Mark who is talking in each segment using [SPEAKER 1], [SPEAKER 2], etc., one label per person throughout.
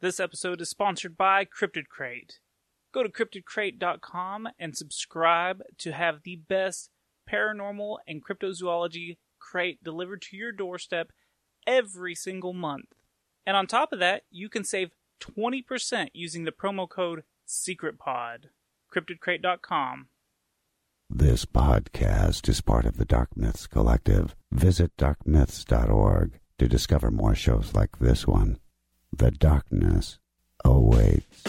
[SPEAKER 1] This episode is sponsored by Cryptid Crate. Go to cryptidcrate.com and subscribe to have the best paranormal and cryptozoology crate delivered to your doorstep every single month. And on top of that, you can save 20% using the promo code SECRETPOD. cryptidcrate.com.
[SPEAKER 2] This podcast is part of the Dark Myths Collective. Visit darkmyths.org to discover more shows like this one. The darkness awaits.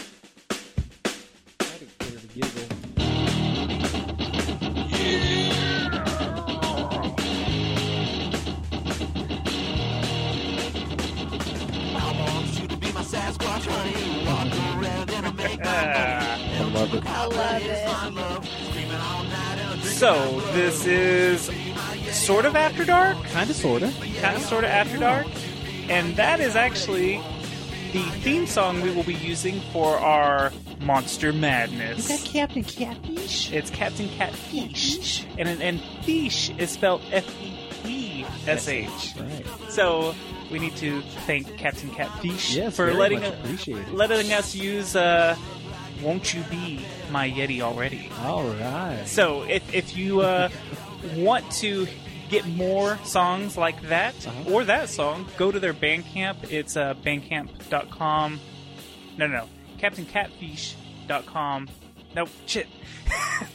[SPEAKER 3] I love it.
[SPEAKER 1] So, this is sort of After Dark?
[SPEAKER 4] Kind of, sort of.
[SPEAKER 1] kind of sort of after dark and that is actually the theme song we will be using for our monster madness
[SPEAKER 4] Captain Catfish?
[SPEAKER 1] it's captain catfish and and, and fish is spelled E f-e-e-s-h
[SPEAKER 4] Right.
[SPEAKER 1] so we need to thank captain catfish
[SPEAKER 4] Yes,
[SPEAKER 1] for
[SPEAKER 4] very
[SPEAKER 1] letting
[SPEAKER 4] much
[SPEAKER 1] us
[SPEAKER 4] appreciated.
[SPEAKER 1] letting us use uh won't you be my yeti already
[SPEAKER 4] All right.
[SPEAKER 1] so if, if you uh, want to get more songs like that
[SPEAKER 4] Uh-huh.
[SPEAKER 1] or that song, go to their Bandcamp. It's uh, bandcamp.com. No, no, no. CaptainCatfish.com. Nope, shit.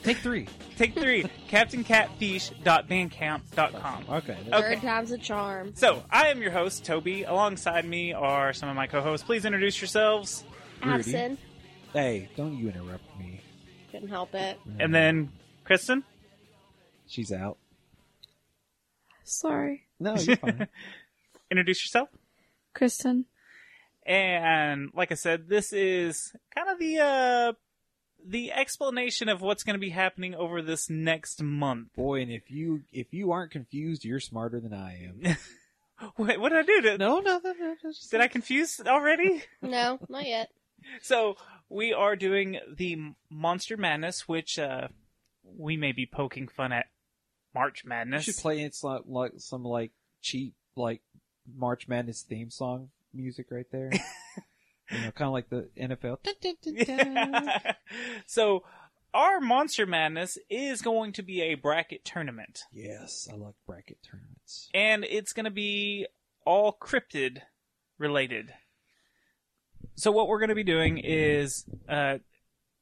[SPEAKER 4] Take three.
[SPEAKER 1] Take three. CaptainCatfish.bandcamp.com.
[SPEAKER 4] Okay. that's-
[SPEAKER 1] Okay.
[SPEAKER 3] Third time's a charm.
[SPEAKER 1] So I am your host, Toby. Alongside me are some of my co hosts. Please introduce yourselves.
[SPEAKER 4] Rudy.
[SPEAKER 3] Absent.
[SPEAKER 4] Hey, don't you interrupt me.
[SPEAKER 3] Couldn't help it.
[SPEAKER 1] And then Kristen.
[SPEAKER 4] She's out.
[SPEAKER 5] Sorry,
[SPEAKER 4] No, you're fine.
[SPEAKER 1] Introduce yourself.
[SPEAKER 5] Kristen.
[SPEAKER 1] And like I said, this is kind of the uh the explanation of what's going to be happening over this next month.
[SPEAKER 4] Boy, and if you if you aren't confused, you're smarter than I am.
[SPEAKER 1] Wait, what did I do? Did,
[SPEAKER 4] no, no, no, no. Just,
[SPEAKER 1] did I confuse already?
[SPEAKER 3] No, not yet.
[SPEAKER 1] so we are doing the Monster Madness, which uh we may be poking fun at March
[SPEAKER 4] You
[SPEAKER 1] Madness.
[SPEAKER 4] should play it's like, like some like cheap like March Madness theme song music right there. you know, kind of like the NFL.
[SPEAKER 1] Yeah. so our Monster Madness is going to be a bracket tournament.
[SPEAKER 4] Yes, I like bracket tournaments.
[SPEAKER 1] and it's going to be all cryptid related. So what we're going to be doing is uh,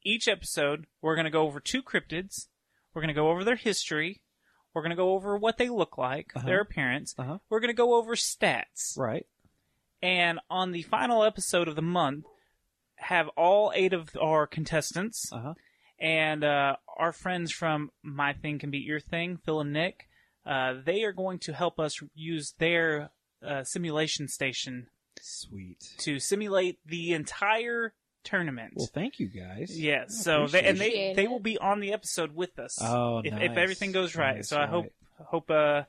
[SPEAKER 1] each episode we're going to go over two cryptids. We're going to go over their history. We're going to go over what they look like,
[SPEAKER 4] Uh-huh.
[SPEAKER 1] their appearance.
[SPEAKER 4] Uh huh.
[SPEAKER 1] We're going to go over stats.
[SPEAKER 4] Right.
[SPEAKER 1] And on the final episode of the month, have all eight of our contestants
[SPEAKER 4] Uh huh.
[SPEAKER 1] and uh, our friends from My Thing Can Be Your Thing, Phil and Nick, uh, they are going to help us use their uh, simulation station
[SPEAKER 4] Sweet.
[SPEAKER 1] to simulate the entire tournament.
[SPEAKER 4] Well, thank you guys.
[SPEAKER 1] yes,
[SPEAKER 4] I
[SPEAKER 1] so they, and they
[SPEAKER 3] appreciate
[SPEAKER 1] they
[SPEAKER 3] it.
[SPEAKER 1] will be on the episode with us
[SPEAKER 4] Oh,
[SPEAKER 1] if, if
[SPEAKER 4] nice.
[SPEAKER 1] everything goes right.
[SPEAKER 4] Nice,
[SPEAKER 1] so I hope hope uh,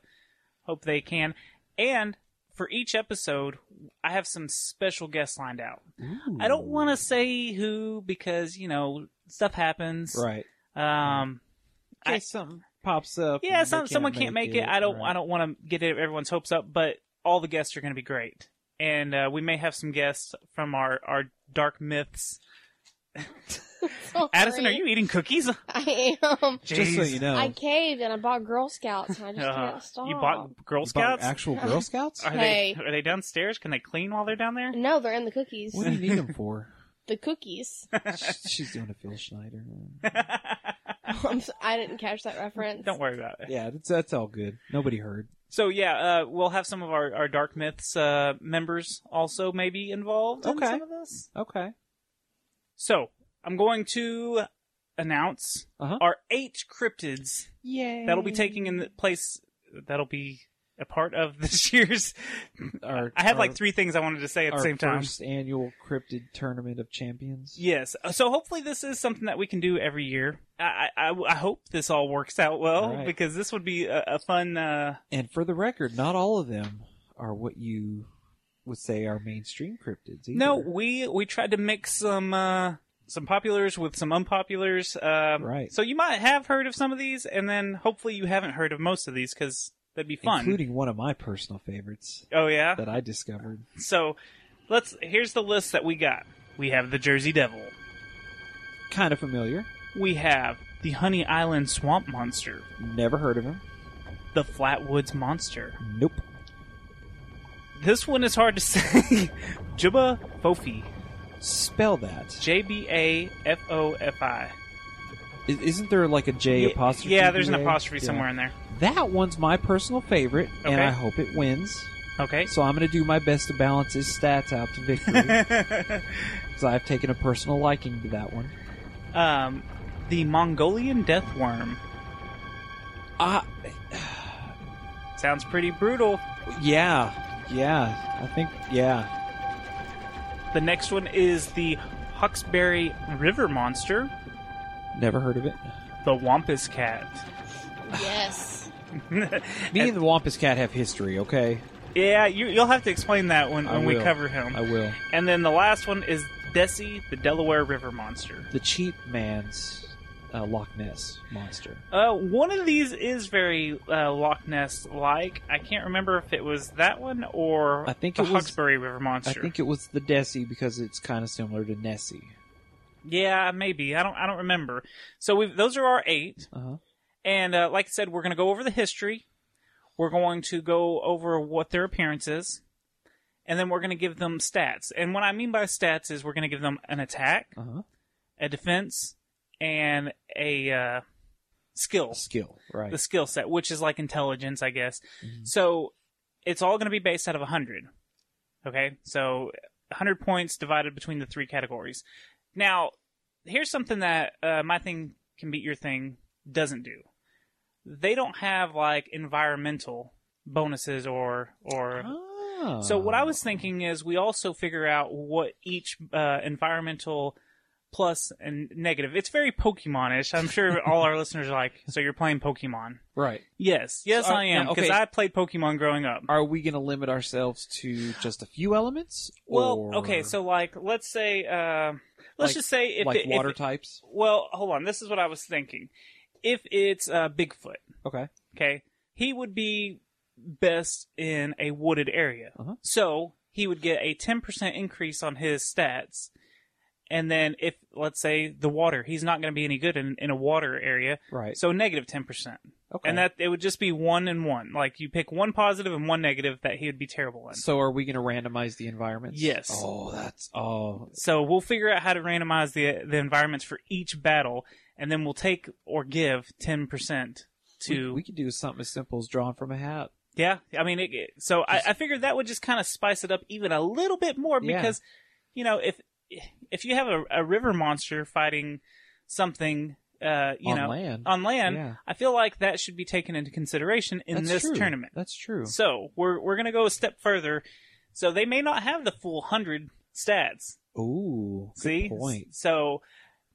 [SPEAKER 1] hope they can. And for each episode, I have some special guests lined out.
[SPEAKER 4] Ooh.
[SPEAKER 1] I don't want to say who because you know stuff happens.
[SPEAKER 4] Right.
[SPEAKER 1] Um, I-
[SPEAKER 4] In case something pops up.
[SPEAKER 1] Yeah,
[SPEAKER 4] and they
[SPEAKER 1] some, someone can't make it. I don't.
[SPEAKER 4] right.
[SPEAKER 1] I don't want to get everyone's hopes up, but all the guests are going to be great, and uh, we may have some guests from our our dark myths.
[SPEAKER 3] Sorry.
[SPEAKER 1] Addison, are you eating cookies?
[SPEAKER 3] I am.
[SPEAKER 4] Just so
[SPEAKER 1] Jeez.
[SPEAKER 4] you know,
[SPEAKER 3] I caved and I bought Girl Scouts and I just
[SPEAKER 1] Uh,
[SPEAKER 3] can't stop.
[SPEAKER 1] you bought Girl
[SPEAKER 4] you bought
[SPEAKER 1] Scouts.
[SPEAKER 4] actual Girl Scouts.
[SPEAKER 1] are
[SPEAKER 3] Hey.
[SPEAKER 1] they are they downstairs? Can they clean while they're down there?
[SPEAKER 3] No, they're in the cookies.
[SPEAKER 4] what do you need them for?
[SPEAKER 3] the cookies.
[SPEAKER 4] She- She's doing a Phil Schneider.
[SPEAKER 3] I'm so- I didn't catch that reference.
[SPEAKER 1] Don't worry about it.
[SPEAKER 4] Yeah, that's, that's all good. Nobody heard.
[SPEAKER 1] So yeah, uh, we'll have some of our, our dark myths uh, members also maybe involved in
[SPEAKER 4] Okay.
[SPEAKER 1] some of this.
[SPEAKER 4] Okay.
[SPEAKER 1] So I'm going to announce
[SPEAKER 4] Uh huh.
[SPEAKER 1] our eight cryptids
[SPEAKER 4] Yay.
[SPEAKER 1] that'll be taking in the place that'll be a part of this year's
[SPEAKER 4] Our,
[SPEAKER 1] i had
[SPEAKER 4] our-
[SPEAKER 1] like three things i wanted to say at the
[SPEAKER 4] our
[SPEAKER 1] same time
[SPEAKER 4] First annual cryptid tournament of champions.
[SPEAKER 1] yes Uh, so hopefully this is something that we can do every year i i, I- I hope this all works out well
[SPEAKER 4] Right.
[SPEAKER 1] because this would be a, a fun uh
[SPEAKER 4] And for the record, not all of them are what you would say are mainstream cryptids. Either.
[SPEAKER 1] no we we tried to mix some uh some populars with some unpopulars um
[SPEAKER 4] Right.
[SPEAKER 1] so you might have heard of some of these and then hopefully you haven't heard of most of these because that'd be fun
[SPEAKER 4] including one of my personal favorites
[SPEAKER 1] oh yeah
[SPEAKER 4] that I discovered.
[SPEAKER 1] So Let's. Here's the list that we got. We have the Jersey Devil.
[SPEAKER 4] Kind of familiar.
[SPEAKER 1] We have the Honey Island Swamp Monster,
[SPEAKER 4] Never heard of him.
[SPEAKER 1] the Flatwoods Monster.
[SPEAKER 4] Nope.
[SPEAKER 1] This one is hard to say. Juba Fofi.
[SPEAKER 4] Spell that.
[SPEAKER 1] J B A F O F I.
[SPEAKER 4] I- Isn't there like a J
[SPEAKER 1] Yeah,
[SPEAKER 4] apostrophe?
[SPEAKER 1] Yeah, there's an
[SPEAKER 4] there?
[SPEAKER 1] apostrophe
[SPEAKER 4] Yeah.
[SPEAKER 1] somewhere in there.
[SPEAKER 4] That one's my personal favorite, and
[SPEAKER 1] Okay.
[SPEAKER 4] I hope it wins.
[SPEAKER 1] Okay.
[SPEAKER 4] So I'm going to do my best to balance his stats out to victory, because I've taken a personal liking to that one.
[SPEAKER 1] um, the Mongolian Death Worm.
[SPEAKER 4] Ah,
[SPEAKER 1] Sounds pretty brutal.
[SPEAKER 4] yeah, yeah. I think yeah.
[SPEAKER 1] The next one is the Hawkesbury River Monster,
[SPEAKER 4] Never heard of it.
[SPEAKER 1] the Wampus Cat.
[SPEAKER 3] Yes.
[SPEAKER 4] Me and the Wampus Cat have history. Okay,
[SPEAKER 1] yeah, you, you'll have to explain that when,
[SPEAKER 4] I
[SPEAKER 1] when we
[SPEAKER 4] will.
[SPEAKER 1] cover him.
[SPEAKER 4] I will.
[SPEAKER 1] And then the last one is Desi, the Delaware River Monster.
[SPEAKER 4] The cheap man's uh, Loch Ness monster.
[SPEAKER 1] Uh, one of these is very uh, Loch Ness like. I can't remember if it was that one or
[SPEAKER 4] I think
[SPEAKER 1] the
[SPEAKER 4] it was-
[SPEAKER 1] Hawkesbury River Monster.
[SPEAKER 4] I think it was the Desi because it's kind of similar to Nessie.
[SPEAKER 1] Yeah, maybe. I don't. I don't remember. So we have those are our eight,
[SPEAKER 4] Uh huh.
[SPEAKER 1] and uh, like I said, we're going to go over the history. We're going to go over what their appearance is, and then we're going to give them stats. And what I mean by stats is we're going to give them an attack,
[SPEAKER 4] Uh huh.
[SPEAKER 1] a defense, and a uh, skill.
[SPEAKER 4] Skill. Right.
[SPEAKER 1] The skill set, which is like intelligence, I guess. So it's all going to be based out of hundred. Okay, so 100 points divided between the three categories. Now, here's something that uh, my thing can beat your thing doesn't do. They don't have like environmental bonuses or or.
[SPEAKER 4] Ah.
[SPEAKER 1] So what I was thinking is we also figure out what each uh, environmental plus and negative. It's very Pokemon-ish. I'm sure all our listeners are like, so you're playing Pokemon.
[SPEAKER 4] right.
[SPEAKER 1] Yes, yes
[SPEAKER 4] So are-
[SPEAKER 1] I am
[SPEAKER 4] now,
[SPEAKER 1] because
[SPEAKER 4] okay.
[SPEAKER 1] I played Pokemon growing up.
[SPEAKER 4] Are we going to limit ourselves to just a few elements?
[SPEAKER 1] Well,
[SPEAKER 4] or
[SPEAKER 1] okay, so like let's say uh, let's
[SPEAKER 4] Like-
[SPEAKER 1] just say if
[SPEAKER 4] like
[SPEAKER 1] it,
[SPEAKER 4] water
[SPEAKER 1] if it-
[SPEAKER 4] types.
[SPEAKER 1] well, hold on. This is what I was thinking. If it's uh, Bigfoot,
[SPEAKER 4] Okay.
[SPEAKER 1] okay, he would be best in a wooded area,
[SPEAKER 4] Uh-huh.
[SPEAKER 1] so he would get a ten percent increase on his stats. And then if let's say the water, he's not going to be any good in, in a water area,
[SPEAKER 4] Right.
[SPEAKER 1] so negative ten percent.
[SPEAKER 4] okay.
[SPEAKER 1] And that it would just be one and one. Like you pick one positive and one negative that he would be terrible in.
[SPEAKER 4] So are we going to randomize the environments?
[SPEAKER 1] Yes.
[SPEAKER 4] Oh, that's oh.
[SPEAKER 1] So we'll figure out how to randomize the the environments for each battle, and then we'll take or give ten percent to.
[SPEAKER 4] We, we could do something as simple as drawing from a hat.
[SPEAKER 1] yeah, I mean, it, it- so I, I figured that would just kind of spice it up even a little bit more
[SPEAKER 4] Yeah.
[SPEAKER 1] because, you know, if if you have a, a river monster fighting something, uh, you
[SPEAKER 4] On
[SPEAKER 1] know,
[SPEAKER 4] land.
[SPEAKER 1] on land,
[SPEAKER 4] Yeah.
[SPEAKER 1] I feel like that should be taken into consideration in
[SPEAKER 4] that's
[SPEAKER 1] this
[SPEAKER 4] true.
[SPEAKER 1] tournament.
[SPEAKER 4] That's true.
[SPEAKER 1] So we're we're gonna go a step further. So they may not have the full hundred stats.
[SPEAKER 4] Ooh. Good
[SPEAKER 1] See?
[SPEAKER 4] Point.
[SPEAKER 1] So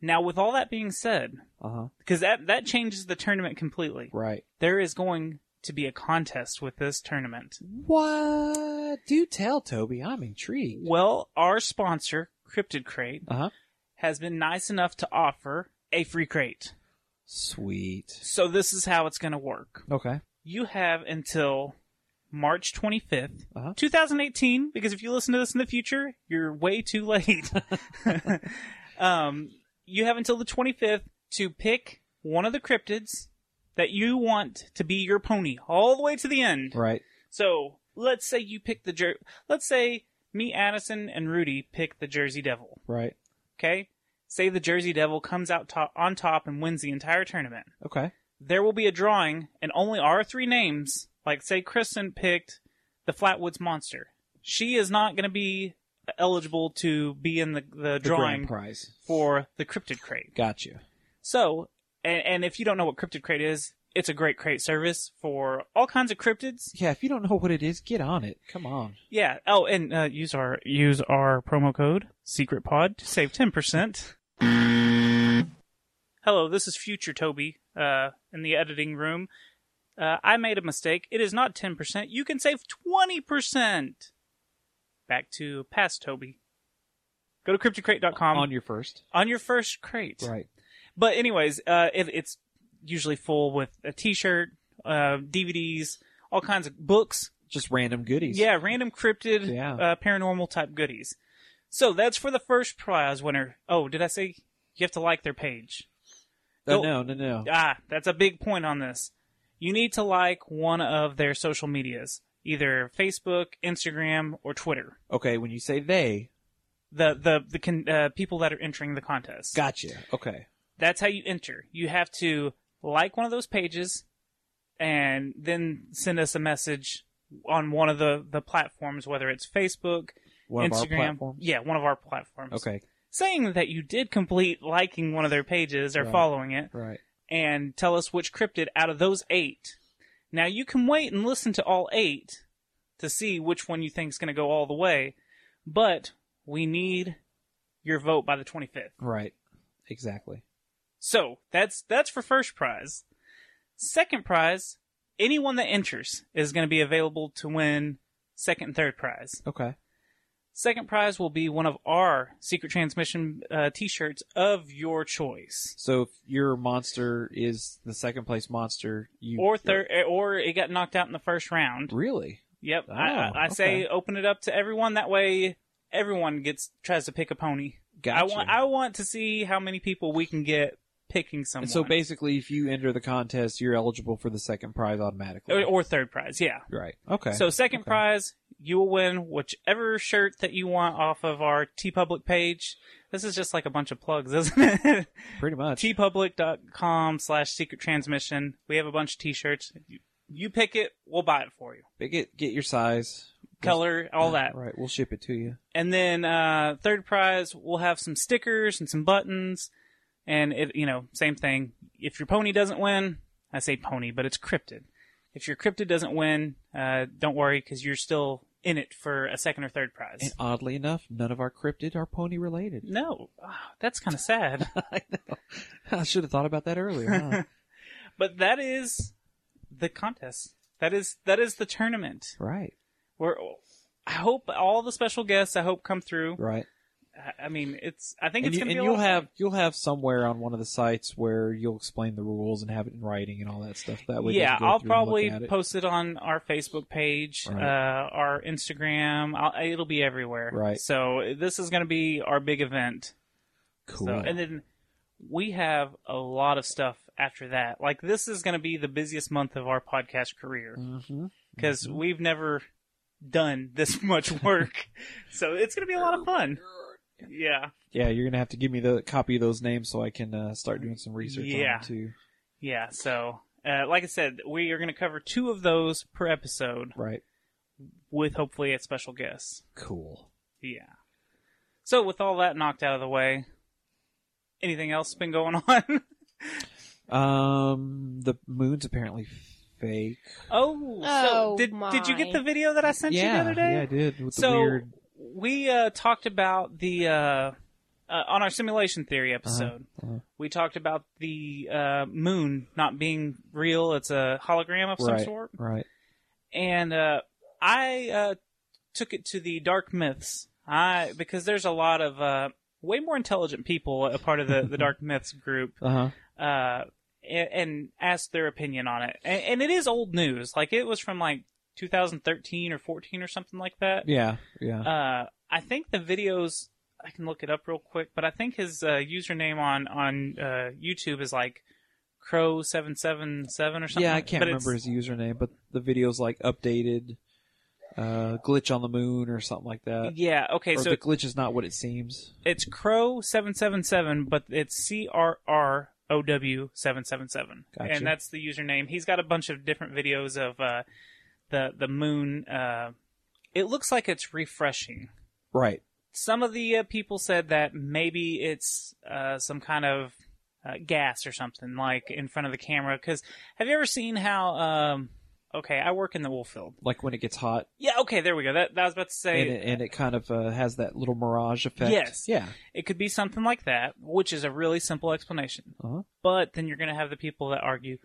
[SPEAKER 1] now with all that being said,
[SPEAKER 4] Uh huh.
[SPEAKER 1] because that that changes the tournament completely.
[SPEAKER 4] Right.
[SPEAKER 1] There is going to be a contest with this tournament.
[SPEAKER 4] What? Do tell, Toby. I'm intrigued.
[SPEAKER 1] Well, our sponsor, Cryptid Crate,
[SPEAKER 4] Uh huh.
[SPEAKER 1] has been nice enough to offer a free crate.
[SPEAKER 4] Sweet.
[SPEAKER 1] So this is how it's going to work.
[SPEAKER 4] Okay.
[SPEAKER 1] You have until March 25th,
[SPEAKER 4] Uh-huh.
[SPEAKER 1] 2018, because if you listen to this in the future, you're way too late. um, you have until the 25th to pick one of the cryptids that you want to be your pony all the way to the end.
[SPEAKER 4] Right.
[SPEAKER 1] So let's say you pick the Jer- let's say me, Addison, and Rudy pick the Jersey Devil.
[SPEAKER 4] Right.
[SPEAKER 1] Okay, say the Jersey Devil comes out to- on top and wins the entire tournament
[SPEAKER 4] Okay.
[SPEAKER 1] there will be a drawing, and only our three names, like say Kristen picked the Flatwoods Monster. She is not going to be eligible to be in the, the
[SPEAKER 4] The
[SPEAKER 1] drawing
[SPEAKER 4] grand prize.
[SPEAKER 1] for the Cryptid Crate.
[SPEAKER 4] Got you.
[SPEAKER 1] So, and, and if you don't know what Cryptid Crate is, it's a great crate service for all kinds of cryptids.
[SPEAKER 4] Yeah. If you don't know what it is, get on it. Come on.
[SPEAKER 1] Yeah. Oh, and uh, use our use our promo code Secret Pod to save ten percent. Hello, this is Future Toby uh, in the editing room. Uh, I made a mistake. It is not ten percent. You can save twenty percent. Back to past Toby. Go to cryptocrate.com
[SPEAKER 4] on your first.
[SPEAKER 1] on your first crate.
[SPEAKER 4] Right.
[SPEAKER 1] But anyways, uh, it, it's usually full with a T-shirt, uh, DVDs, all kinds of books.
[SPEAKER 4] just random goodies.
[SPEAKER 1] Yeah, random cryptid,
[SPEAKER 4] Yeah.
[SPEAKER 1] uh, paranormal type goodies. So that's for the first prize winner. Oh, did I say you have to like their page?
[SPEAKER 4] Oh, no, no, no.
[SPEAKER 1] Ah, that's a big point on this. You need to like one of their social medias, either Facebook, Instagram, or Twitter.
[SPEAKER 4] Okay, when you say they,
[SPEAKER 1] The the the con- uh, people that are entering the contest.
[SPEAKER 4] gotcha. Okay.
[SPEAKER 1] That's how you enter. You have to like one of those pages, and then send us a message on one of the the platforms, whether it's Facebook,
[SPEAKER 4] One
[SPEAKER 1] Instagram,
[SPEAKER 4] of our platforms.
[SPEAKER 1] yeah, one of our platforms.
[SPEAKER 4] Okay.
[SPEAKER 1] saying that you did complete liking one of their pages or
[SPEAKER 4] Right.
[SPEAKER 1] following it
[SPEAKER 4] Right.
[SPEAKER 1] and tell us which cryptid out of those eight. Now you can wait and listen to all eight to see which one you think's going to go all the way, but we need your vote by the 25th.
[SPEAKER 4] Right. Exactly.
[SPEAKER 1] So that's that's for first prize. Second prize, anyone that enters is going to be available to win second and third prize.
[SPEAKER 4] Okay.
[SPEAKER 1] Second prize will be one of our secret transmission uh, T-shirts of your choice,
[SPEAKER 4] So if your monster is the second place monster, you
[SPEAKER 1] or third, or it got knocked out in the first round.
[SPEAKER 4] Really?
[SPEAKER 1] Yep, I,
[SPEAKER 4] Oh,
[SPEAKER 1] I- I say
[SPEAKER 4] okay.
[SPEAKER 1] open it up to everyone. That way, everyone gets tries to pick a pony.
[SPEAKER 4] Gotcha.
[SPEAKER 1] I want I want to see how many people we can get picking someone.
[SPEAKER 4] and so basically, if you enter the contest, you're eligible for the second prize automatically.
[SPEAKER 1] or, or third prize, yeah.
[SPEAKER 4] right. Okay.
[SPEAKER 1] So second
[SPEAKER 4] Okay.
[SPEAKER 1] prize, you will win whichever shirt that you want off of our T Public page. This is just like a bunch of plugs, isn't it?
[SPEAKER 4] pretty much.
[SPEAKER 1] tpublic.com slash secret transmission. We have a bunch of t-shirts. You, you pick it, we'll buy it for you.
[SPEAKER 4] But get get your size,
[SPEAKER 1] Color, all that.
[SPEAKER 4] Right. We'll ship it to you.
[SPEAKER 1] And then uh, third prize, we'll have some stickers and some buttons. And it, you know, same thing. If your pony doesn't win, I say pony, but it's cryptid. If your cryptid doesn't win, uh, don't worry because you're still in it for a second or third prize.
[SPEAKER 4] And oddly enough, none of our cryptid are pony related.
[SPEAKER 1] no, Ah, that's kind of sad.
[SPEAKER 4] I know. I should have thought about that earlier. Huh?
[SPEAKER 1] but that is the contest. That is that is the tournament.
[SPEAKER 4] right.
[SPEAKER 1] We're. I hope all the special guests. I hope come through.
[SPEAKER 4] Right.
[SPEAKER 1] I, I mean, it's. I think
[SPEAKER 4] And,
[SPEAKER 1] it's
[SPEAKER 4] you,
[SPEAKER 1] gonna
[SPEAKER 4] and
[SPEAKER 1] be. a
[SPEAKER 4] you'll
[SPEAKER 1] lot of
[SPEAKER 4] have
[SPEAKER 1] fun.
[SPEAKER 4] you'll have somewhere on one of the sites where you'll explain the rules and have it in writing and all that stuff. That way, they
[SPEAKER 1] yeah,
[SPEAKER 4] can go
[SPEAKER 1] I'll
[SPEAKER 4] through and look
[SPEAKER 1] probably
[SPEAKER 4] at it.
[SPEAKER 1] post it on our Facebook page,
[SPEAKER 4] Right.
[SPEAKER 1] uh, our Instagram. I'll, it'll be everywhere.
[SPEAKER 4] Right.
[SPEAKER 1] So this is going to be our big event.
[SPEAKER 4] Cool.
[SPEAKER 1] So, and then we have a lot of stuff after that. Like this is going to be the busiest month of our podcast career
[SPEAKER 4] Mhm.
[SPEAKER 1] because we've never done this much work. so it's going to be a lot of fun. Yeah.
[SPEAKER 4] Yeah, you're gonna have to give me the copy of those names so I can uh, start doing some research
[SPEAKER 1] Yeah.
[SPEAKER 4] on them too.
[SPEAKER 1] Yeah, so uh, like I said, we are going to cover two of those per episode
[SPEAKER 4] Right.
[SPEAKER 1] with hopefully a special guest.
[SPEAKER 4] Cool.
[SPEAKER 1] Yeah. So with all that knocked out of the way, anything else been going on?
[SPEAKER 4] Um, the moon's apparently fake.
[SPEAKER 1] oh, so
[SPEAKER 3] Oh,
[SPEAKER 1] did did you get the
[SPEAKER 3] my.
[SPEAKER 1] video that I sent you the
[SPEAKER 4] yeah,
[SPEAKER 1] other day?
[SPEAKER 4] yeah, I did. With
[SPEAKER 1] so
[SPEAKER 4] the weird.
[SPEAKER 1] we uh, talked about the uh, uh, on our simulation theory episode.
[SPEAKER 4] uh-huh.
[SPEAKER 1] We talked about the uh, moon not being real; it's a hologram of some
[SPEAKER 4] right.
[SPEAKER 1] sort.
[SPEAKER 4] Right.
[SPEAKER 1] and uh, I uh, took it to the dark myths. I because there's a lot of uh, way more intelligent people a part of the, the dark myths group,
[SPEAKER 4] Uh huh.
[SPEAKER 1] uh, and, and asked their opinion on it. And, and it is old news, like it was from like 2013 or 14 or something like that.
[SPEAKER 4] Yeah. Yeah.
[SPEAKER 1] Uh, I think the videos. I can look it up real quick, but I think his uh, username on on uh, YouTube is like crow seven seven seven or something.
[SPEAKER 4] yeah, I
[SPEAKER 1] like-
[SPEAKER 4] can't
[SPEAKER 1] but it's-
[SPEAKER 4] remember his username, but the video's like updated, uh, glitch on the moon or something like that.
[SPEAKER 1] Yeah, okay,
[SPEAKER 4] uh, or
[SPEAKER 1] so
[SPEAKER 4] the glitch is not what it seems.
[SPEAKER 1] It's Crow seven seven seven, but it's C R R O W seven seven seven,
[SPEAKER 4] Gotcha.
[SPEAKER 1] and that's the username. He's got a bunch of different videos of uh, the the moon. Uh, it looks like it's refreshing.
[SPEAKER 4] Right.
[SPEAKER 1] Some of the uh, people said that maybe it's uh, some kind of uh, gas or something like in front of the camera. Because have you ever seen how? Um, okay, I work in the wool field.
[SPEAKER 4] Like when it gets hot
[SPEAKER 1] Yeah, okay, there we go. That, that was about to say.
[SPEAKER 4] and it, and it kind of uh, has that little mirage effect.
[SPEAKER 1] Yes.
[SPEAKER 4] Yeah.
[SPEAKER 1] It could be something like that, which is a really simple explanation.
[SPEAKER 4] Uh-huh.
[SPEAKER 1] But then you're going to have the people that argue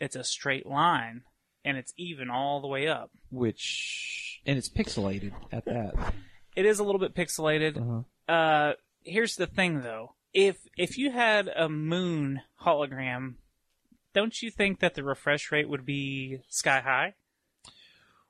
[SPEAKER 1] it's a straight line and it's even all the way up.
[SPEAKER 4] Which and it's pixelated at that.
[SPEAKER 1] It is a little bit pixelated.
[SPEAKER 4] Uh-huh.
[SPEAKER 1] Uh, here's the thing, though: if if you had a moon hologram, don't you think that the refresh rate would be sky high?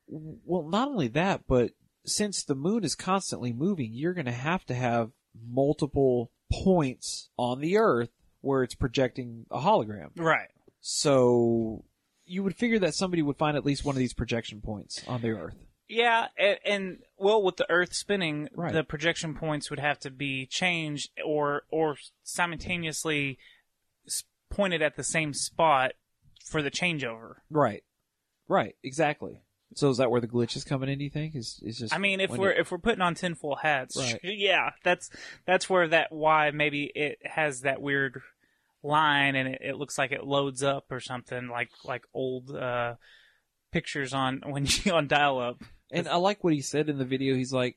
[SPEAKER 4] Well, not only that, but since the moon is constantly moving, you're going to have to have multiple points on the Earth where it's projecting a hologram.
[SPEAKER 1] Right.
[SPEAKER 4] So you would figure that somebody would find at least one of these projection points on the Earth.
[SPEAKER 1] Yeah, and, and well, with the Earth spinning,
[SPEAKER 4] Right.
[SPEAKER 1] the projection points would have to be changed or or simultaneously s- pointed at the same spot for the changeover.
[SPEAKER 4] Right. Right. Exactly. So is that where the glitch is coming in? Do you think is is just?
[SPEAKER 1] I mean, if
[SPEAKER 4] when
[SPEAKER 1] we're
[SPEAKER 4] it-
[SPEAKER 1] if we're putting on tinfoil hats,
[SPEAKER 4] Right.
[SPEAKER 1] yeah, that's that's where that why maybe it has that weird line and it, it looks like it loads up or something like like old uh, pictures on when you on dial up.
[SPEAKER 4] and I like what he said in the video. He's like,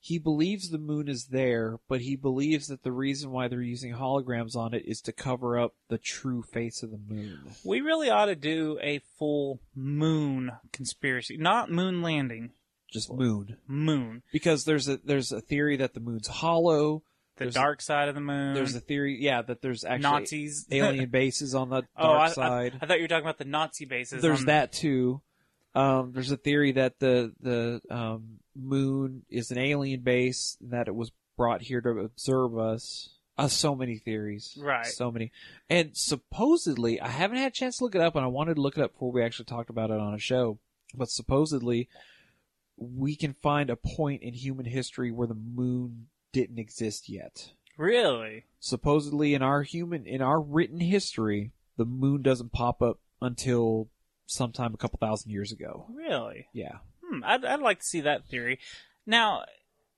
[SPEAKER 4] he believes the moon is there, but he believes that the reason why they're using holograms on it is to cover up the true face of the moon.
[SPEAKER 1] We really ought to do a full moon conspiracy, not moon landing,
[SPEAKER 4] Just moon,
[SPEAKER 1] moon,
[SPEAKER 4] because there's a there's a theory that the moon's hollow.
[SPEAKER 1] the
[SPEAKER 4] There's-
[SPEAKER 1] dark side of the moon,
[SPEAKER 4] There's a theory, yeah, that there's actually
[SPEAKER 1] Nazis,
[SPEAKER 4] alien bases on the dark
[SPEAKER 1] oh, I, I-
[SPEAKER 4] side.
[SPEAKER 1] I, thought you were talking about the Nazi bases.
[SPEAKER 4] there's
[SPEAKER 1] on-
[SPEAKER 4] that too. Um, there's a theory that the the um, moon is an alien base and that it was brought here to observe us. Uh, so many theories,
[SPEAKER 1] Right.
[SPEAKER 4] So many, and supposedly I haven't had a chance to look it up, and I wanted to look it up before we actually talked about it on a show. But supposedly, we can find a point in human history where the moon didn't exist yet.
[SPEAKER 1] Really?
[SPEAKER 4] Supposedly, in our human in our written history, the moon doesn't pop up until sometime a couple thousand years ago.
[SPEAKER 1] Really?
[SPEAKER 4] Yeah.
[SPEAKER 1] Hmm, I'd, I'd like to see that theory. Now,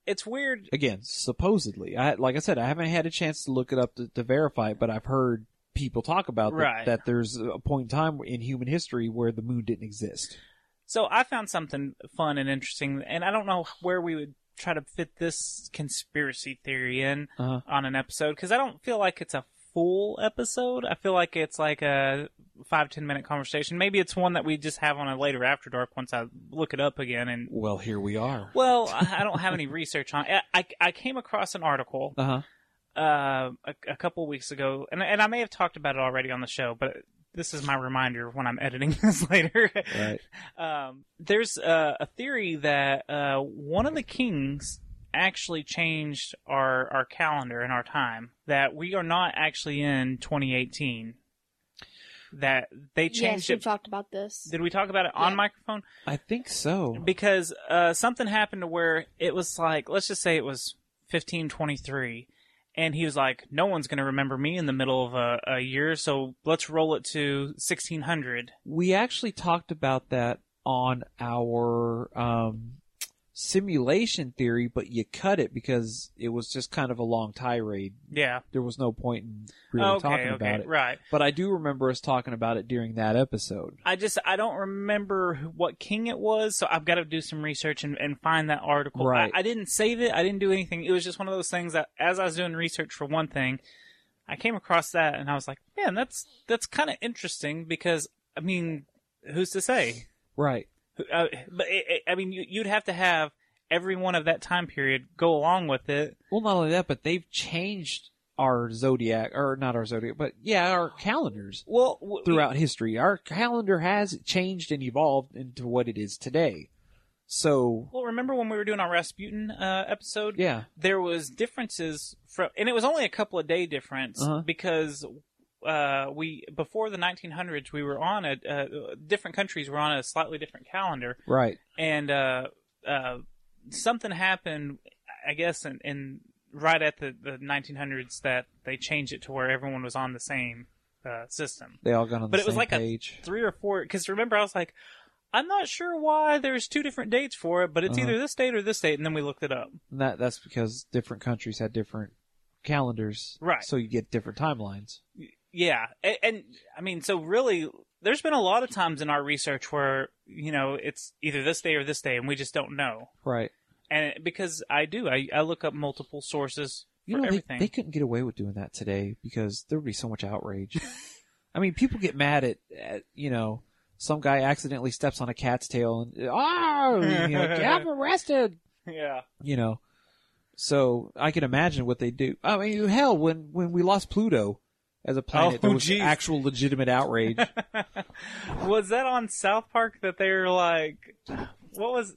[SPEAKER 1] it's weird.
[SPEAKER 4] Again, supposedly. I like I said, I haven't had a chance to look it up to, to verify it, but I've heard people talk about that,
[SPEAKER 1] Right.
[SPEAKER 4] that there's a point in time in human history where the moon didn't exist.
[SPEAKER 1] So I found something fun and interesting, and I don't know where we would try to fit this conspiracy theory in.
[SPEAKER 4] Uh-huh.
[SPEAKER 1] on an episode because I don't feel like it's a full episode. I feel like it's like a five ten minute conversation. Maybe it's one that we just have on a later after dark once I look it up again. And
[SPEAKER 4] Well, here we are.
[SPEAKER 1] well, I I don't have any research on. I I, I came across an article
[SPEAKER 4] Uh huh.
[SPEAKER 1] uh, a, a couple weeks ago, and and I may have talked about it already on the show, but. This is my reminder when I'm editing this later.
[SPEAKER 4] Right.
[SPEAKER 1] Um, there's uh, a theory that uh, one of the kings actually changed our, our calendar and our time. That we are not actually in 2018. That they
[SPEAKER 3] Yes,
[SPEAKER 1] changed
[SPEAKER 3] we
[SPEAKER 1] it.
[SPEAKER 3] talked about this.
[SPEAKER 1] Did we talk about it on
[SPEAKER 3] Yeah.
[SPEAKER 1] microphone?
[SPEAKER 4] I think so.
[SPEAKER 1] Because uh, something happened to where it was like, let's just say it was 1523. And he was like, no one's going to remember me in the middle of a, a year, so let's roll it to 1600.
[SPEAKER 4] We actually talked about that on our um, simulation theory, but you cut it because it was just kind of a long tirade.
[SPEAKER 1] Yeah.
[SPEAKER 4] There was no point in really
[SPEAKER 1] okay,
[SPEAKER 4] talking
[SPEAKER 1] okay,
[SPEAKER 4] about it.
[SPEAKER 1] right.
[SPEAKER 4] But I do remember us talking about it during that episode.
[SPEAKER 1] I just I don't remember who- what king it was, so I've got to do some research and, and find that article.
[SPEAKER 4] Right.
[SPEAKER 1] I, I didn't save it. I didn't do anything. It was just one of those things that as I was doing research for one thing, I came across that and I was like, man, that's that's kind of interesting because I mean, who's to say?
[SPEAKER 4] Right.
[SPEAKER 1] Who- Uh, but it, it, I mean, you, you'd have to have every one of that time period go along with it.
[SPEAKER 4] Well, not only that, but they've changed our zodiac, or not our zodiac, but yeah, our calendars
[SPEAKER 1] Well, w-
[SPEAKER 4] throughout history. Our calendar has changed and evolved into what it is today. So,
[SPEAKER 1] Well, remember when we were doing our Rasputin uh, episode?
[SPEAKER 4] yeah.
[SPEAKER 1] there was differences from, and it was only a couple of day difference
[SPEAKER 4] Uh-huh.
[SPEAKER 1] because uh, we before the 1900s we were on a uh, different countries were on a slightly different calendar,
[SPEAKER 4] Right.
[SPEAKER 1] and uh, uh, something happened, I guess, in, in right at the, the 1900s that they changed it to where everyone was on the same uh, system.
[SPEAKER 4] They all got on the
[SPEAKER 1] But it
[SPEAKER 4] same
[SPEAKER 1] was like a-
[SPEAKER 4] page.
[SPEAKER 1] Three or four, because remember I was like. I'm not sure why there's two different dates for it, but it's
[SPEAKER 4] Uh-huh.
[SPEAKER 1] either this date or this date, and then we looked it up.
[SPEAKER 4] And that that's because different countries had different calendars,
[SPEAKER 1] Right.
[SPEAKER 4] So you get different timelines.
[SPEAKER 1] Yeah, and, and I mean, so really, there's been a lot of times in our research where you know it's either this day or this day, and we just don't know.
[SPEAKER 4] Right.
[SPEAKER 1] And it- because I do, I, I look up multiple sources
[SPEAKER 4] You
[SPEAKER 1] for
[SPEAKER 4] know they,
[SPEAKER 1] everything.
[SPEAKER 4] they couldn't get away with doing that today because there would be so much outrage. I mean, people get mad at, at you know some guy accidentally steps on a cat's tail and oh, you know, get him arrested.
[SPEAKER 1] yeah,
[SPEAKER 4] You know. So I can imagine what they do. I mean, hell, when when we lost Pluto as
[SPEAKER 1] Oh,
[SPEAKER 4] a planet, there was
[SPEAKER 1] geez.
[SPEAKER 4] actual legitimate outrage.
[SPEAKER 1] was that on South Park that they were like, what was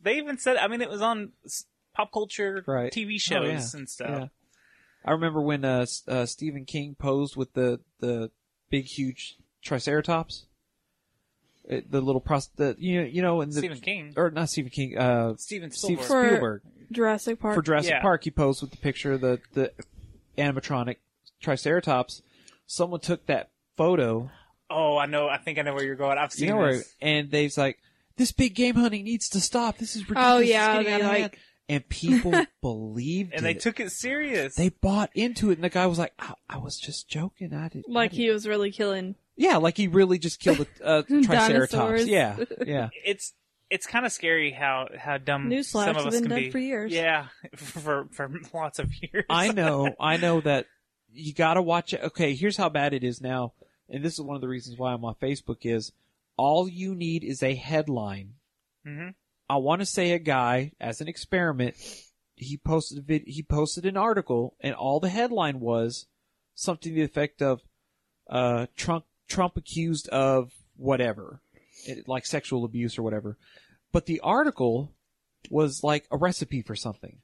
[SPEAKER 1] they even said? I mean, it was on s- pop culture
[SPEAKER 4] Right. Oh,
[SPEAKER 1] TV shows
[SPEAKER 4] yeah.
[SPEAKER 1] and stuff.
[SPEAKER 4] Yeah. I remember when uh, S- uh, Stephen King posed with the the big huge triceratops, It- the little pros, the you you know, and the
[SPEAKER 1] Stephen King,
[SPEAKER 4] or not Stephen King, uh,
[SPEAKER 1] Steven
[SPEAKER 4] Steve
[SPEAKER 1] Spielberg.
[SPEAKER 3] For-
[SPEAKER 4] Spielberg
[SPEAKER 3] Jurassic Park.
[SPEAKER 4] for Jurassic
[SPEAKER 1] Yeah.
[SPEAKER 4] Park. He posed with the picture of the the animatronic triceratops. Someone took that photo,
[SPEAKER 1] oh, I know. I think I know where you're going. I've
[SPEAKER 4] you
[SPEAKER 1] seen
[SPEAKER 4] know, where,
[SPEAKER 1] this.
[SPEAKER 4] and they's like, "This big game hunting needs to stop. This is ridiculous.
[SPEAKER 3] Oh,
[SPEAKER 4] It's
[SPEAKER 3] yeah,
[SPEAKER 4] getting out
[SPEAKER 3] they
[SPEAKER 4] of
[SPEAKER 3] like-
[SPEAKER 4] hand." and people believed
[SPEAKER 1] and they
[SPEAKER 4] it.
[SPEAKER 1] took it serious.
[SPEAKER 4] they bought into it, and the guy was like, "I, I was just joking. I didn't."
[SPEAKER 3] like
[SPEAKER 4] I
[SPEAKER 3] he was really killing.
[SPEAKER 4] didn't." yeah, like he really just killed a, a triceratops.
[SPEAKER 3] Dinosaurs.
[SPEAKER 4] Yeah, yeah.
[SPEAKER 1] it's it's kind of scary how how dumb
[SPEAKER 3] Newsflash,
[SPEAKER 1] Mm. some of us
[SPEAKER 3] they've been
[SPEAKER 1] can
[SPEAKER 3] dead
[SPEAKER 1] be
[SPEAKER 3] for years.
[SPEAKER 1] Yeah, for for lots of years.
[SPEAKER 4] I know, I know that you gotta watch it. Okay, here's how bad it is now, and this is one of the reasons why I'm on Facebook is all you need is a headline.
[SPEAKER 1] hmm
[SPEAKER 4] I want to say a guy as an experiment, he posted a vid- he posted an article, and all the headline was something to the effect of uh, Trump Trump accused of whatever, it, like sexual abuse or whatever. But the article was like a recipe for something.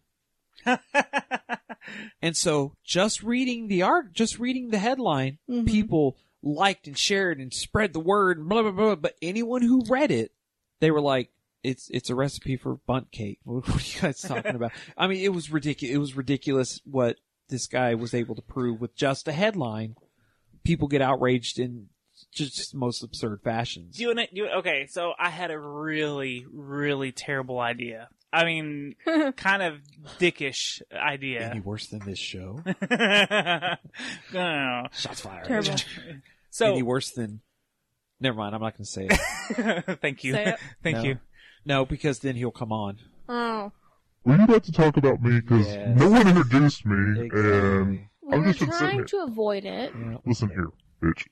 [SPEAKER 4] And so just reading the art, just reading the headline,
[SPEAKER 1] Mm-hmm.
[SPEAKER 3] Mhm.
[SPEAKER 4] people liked and shared and spread the word, and blah, blah, blah. But anyone who read it, they were like, it's, it's a recipe for bunt cake. What what are you guys talking about? I mean, it was ridiculous. It was ridiculous what this guy was able to prove with just a headline. People get outraged in just, just the most absurd fashions.
[SPEAKER 1] Do you want to? Okay, so I had a really, really terrible idea. I mean, kind of dickish
[SPEAKER 4] Any
[SPEAKER 1] idea.
[SPEAKER 4] worse than this show?
[SPEAKER 1] no, no, no.
[SPEAKER 4] Shots fired.
[SPEAKER 3] Terrible.
[SPEAKER 4] Any
[SPEAKER 1] So,
[SPEAKER 4] worse than, never mind. I'm not going to say it.
[SPEAKER 1] thank you,
[SPEAKER 3] Say it.
[SPEAKER 1] thank
[SPEAKER 4] No.
[SPEAKER 1] you.
[SPEAKER 4] No, because then he'll come on.
[SPEAKER 3] Oh,
[SPEAKER 5] Were you about to talk about me? Because
[SPEAKER 4] Yes.
[SPEAKER 5] no one introduced me, and
[SPEAKER 4] Exactly.
[SPEAKER 5] We I'm were just upset trying here.
[SPEAKER 3] to avoid it.
[SPEAKER 4] Yeah.
[SPEAKER 5] listen here, bitch.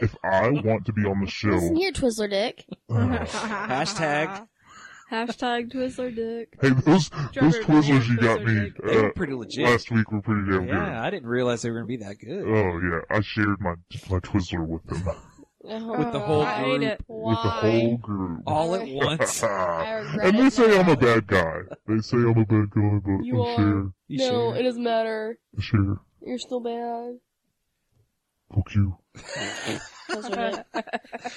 [SPEAKER 5] If I want to be on the show, uh,
[SPEAKER 6] Listen here, Twizzler Dick.
[SPEAKER 4] Hashtag.
[SPEAKER 3] Hashtag Twizzler Dick.
[SPEAKER 5] hey, those those
[SPEAKER 3] Strawberry
[SPEAKER 5] Twizzlers you
[SPEAKER 3] banana
[SPEAKER 5] got me
[SPEAKER 3] Twizzler
[SPEAKER 4] They were
[SPEAKER 5] uh,
[SPEAKER 4] pretty legit.
[SPEAKER 5] last week were pretty damn
[SPEAKER 4] yeah, I didn't realize they were gonna be that good.
[SPEAKER 5] good. Oh yeah, I shared my my Twizzler with them,
[SPEAKER 4] With the
[SPEAKER 3] Oh,
[SPEAKER 4] whole
[SPEAKER 3] I ate
[SPEAKER 4] group.
[SPEAKER 3] it.
[SPEAKER 5] with the whole group.
[SPEAKER 4] All at once.
[SPEAKER 6] regret
[SPEAKER 5] and
[SPEAKER 6] it
[SPEAKER 5] they say I'm
[SPEAKER 6] now.
[SPEAKER 5] a bad guy. They say I'm a bad guy, but
[SPEAKER 3] You
[SPEAKER 5] I
[SPEAKER 3] are.
[SPEAKER 5] share,
[SPEAKER 4] You
[SPEAKER 3] no,
[SPEAKER 4] sure?
[SPEAKER 3] it doesn't matter.
[SPEAKER 5] I share.
[SPEAKER 3] You're still bad.
[SPEAKER 5] Fuck you.
[SPEAKER 6] Twizzler Dick.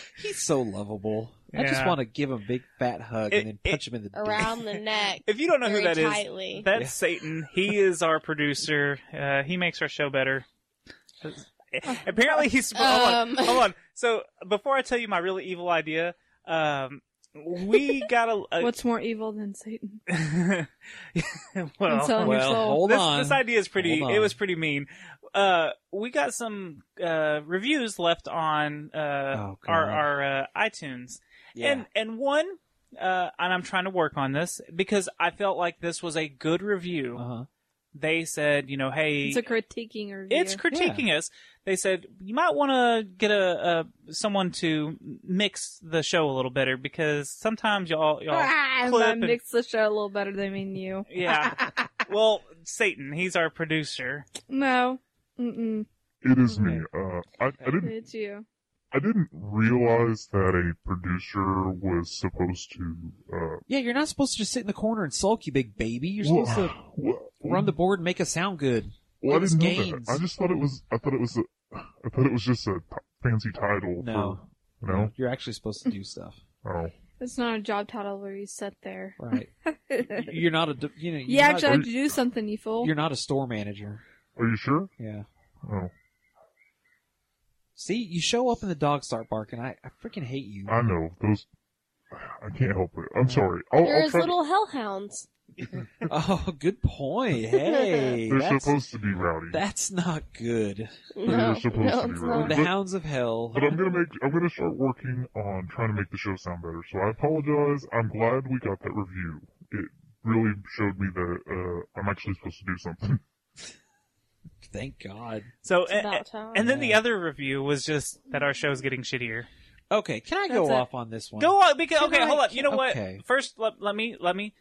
[SPEAKER 4] He's so lovable. I just
[SPEAKER 1] Yeah.
[SPEAKER 4] want to give him a big fat hug
[SPEAKER 1] It-
[SPEAKER 4] and then
[SPEAKER 1] it-
[SPEAKER 4] punch him in the
[SPEAKER 6] Around the neck.
[SPEAKER 1] If you don't know who
[SPEAKER 6] very
[SPEAKER 1] that is,
[SPEAKER 6] tightly.
[SPEAKER 1] that's
[SPEAKER 4] Yeah.
[SPEAKER 1] Satan. He is our producer. Uh, he makes our show better. Apparently, he's
[SPEAKER 3] Uh,
[SPEAKER 1] oh,
[SPEAKER 6] Um.
[SPEAKER 1] hold, on, hold on. So before I tell you my really evil idea, um, we got a, a
[SPEAKER 3] What's more evil than Satan?
[SPEAKER 1] well,
[SPEAKER 4] dick.
[SPEAKER 3] selling your
[SPEAKER 4] Well,
[SPEAKER 3] soul.
[SPEAKER 4] hold
[SPEAKER 1] this,
[SPEAKER 4] on.
[SPEAKER 1] this idea is pretty.
[SPEAKER 4] Hold
[SPEAKER 1] It
[SPEAKER 4] on.
[SPEAKER 1] was pretty mean. Uh, we got some uh, reviews left on uh,
[SPEAKER 4] Oh, God.
[SPEAKER 1] our our uh, iTunes,
[SPEAKER 4] yeah.
[SPEAKER 1] and and one, uh, and I'm trying to work on this because I felt like this was a good review.
[SPEAKER 4] uh-huh.
[SPEAKER 1] They said, you know, hey,
[SPEAKER 3] It's a critiquing review.
[SPEAKER 1] it's critiquing us. They said you might want to get a, a someone to mix the show a little better because sometimes y'all y'all
[SPEAKER 3] Ah, if
[SPEAKER 1] clip
[SPEAKER 3] I
[SPEAKER 1] and-
[SPEAKER 3] mix the show a little better than mean you.
[SPEAKER 1] yeah. well, Satan, he's our producer.
[SPEAKER 3] No. Mm-mm.
[SPEAKER 5] It is me. Uh, I, I didn't
[SPEAKER 3] It's you.
[SPEAKER 5] I didn't realize that a producer was supposed to. Uh,
[SPEAKER 4] yeah, you're not supposed to just sit in the corner and sulk, you big baby. You're supposed to
[SPEAKER 5] Well,
[SPEAKER 4] run the board and make us sound good.
[SPEAKER 5] Well, I
[SPEAKER 4] It was
[SPEAKER 5] didn't know
[SPEAKER 4] games.
[SPEAKER 5] that. I just thought it was. I thought it was. A, I thought it was just a t- fancy title.
[SPEAKER 4] No.
[SPEAKER 5] For, no.
[SPEAKER 4] You're actually supposed to do stuff.
[SPEAKER 5] Oh.
[SPEAKER 3] It's not a job title where you sit there.
[SPEAKER 4] Right. You're not a d- you know you're
[SPEAKER 3] You actually
[SPEAKER 4] not,
[SPEAKER 3] have to do something, you fool.
[SPEAKER 4] you're not a store manager.
[SPEAKER 5] Are you sure?
[SPEAKER 4] Yeah.
[SPEAKER 5] Oh.
[SPEAKER 4] See, you show up and the dogs start barking. I, I freaking hate you.
[SPEAKER 5] I know those. I can't help it. I'm sorry. I'll,
[SPEAKER 6] They're
[SPEAKER 5] I'll
[SPEAKER 6] his
[SPEAKER 5] try.
[SPEAKER 6] little hellhounds.
[SPEAKER 4] oh, good point. Hey.
[SPEAKER 5] to, they're
[SPEAKER 4] that's-
[SPEAKER 5] supposed to be rowdy.
[SPEAKER 4] That's not good.
[SPEAKER 5] They're
[SPEAKER 6] No,
[SPEAKER 5] supposed
[SPEAKER 6] no,
[SPEAKER 5] to be
[SPEAKER 6] it's
[SPEAKER 5] rowdy.
[SPEAKER 6] not.
[SPEAKER 4] The
[SPEAKER 5] But-
[SPEAKER 4] hounds of hell.
[SPEAKER 5] But I'm gonna make. I'm gonna start working on trying to make the show sound better. So I apologize. I'm glad we got that review. It really showed me that uh, I'm actually supposed to do something.
[SPEAKER 4] Thank God.
[SPEAKER 1] So
[SPEAKER 6] It's
[SPEAKER 1] and,
[SPEAKER 6] about time.
[SPEAKER 1] and then the other review was just that our show's getting shittier.
[SPEAKER 4] Okay, can I go
[SPEAKER 3] That's it.
[SPEAKER 4] off on this one?
[SPEAKER 1] Go on because okay,
[SPEAKER 3] I-
[SPEAKER 1] hold up. You know what?
[SPEAKER 4] Okay.
[SPEAKER 1] First let, let me let me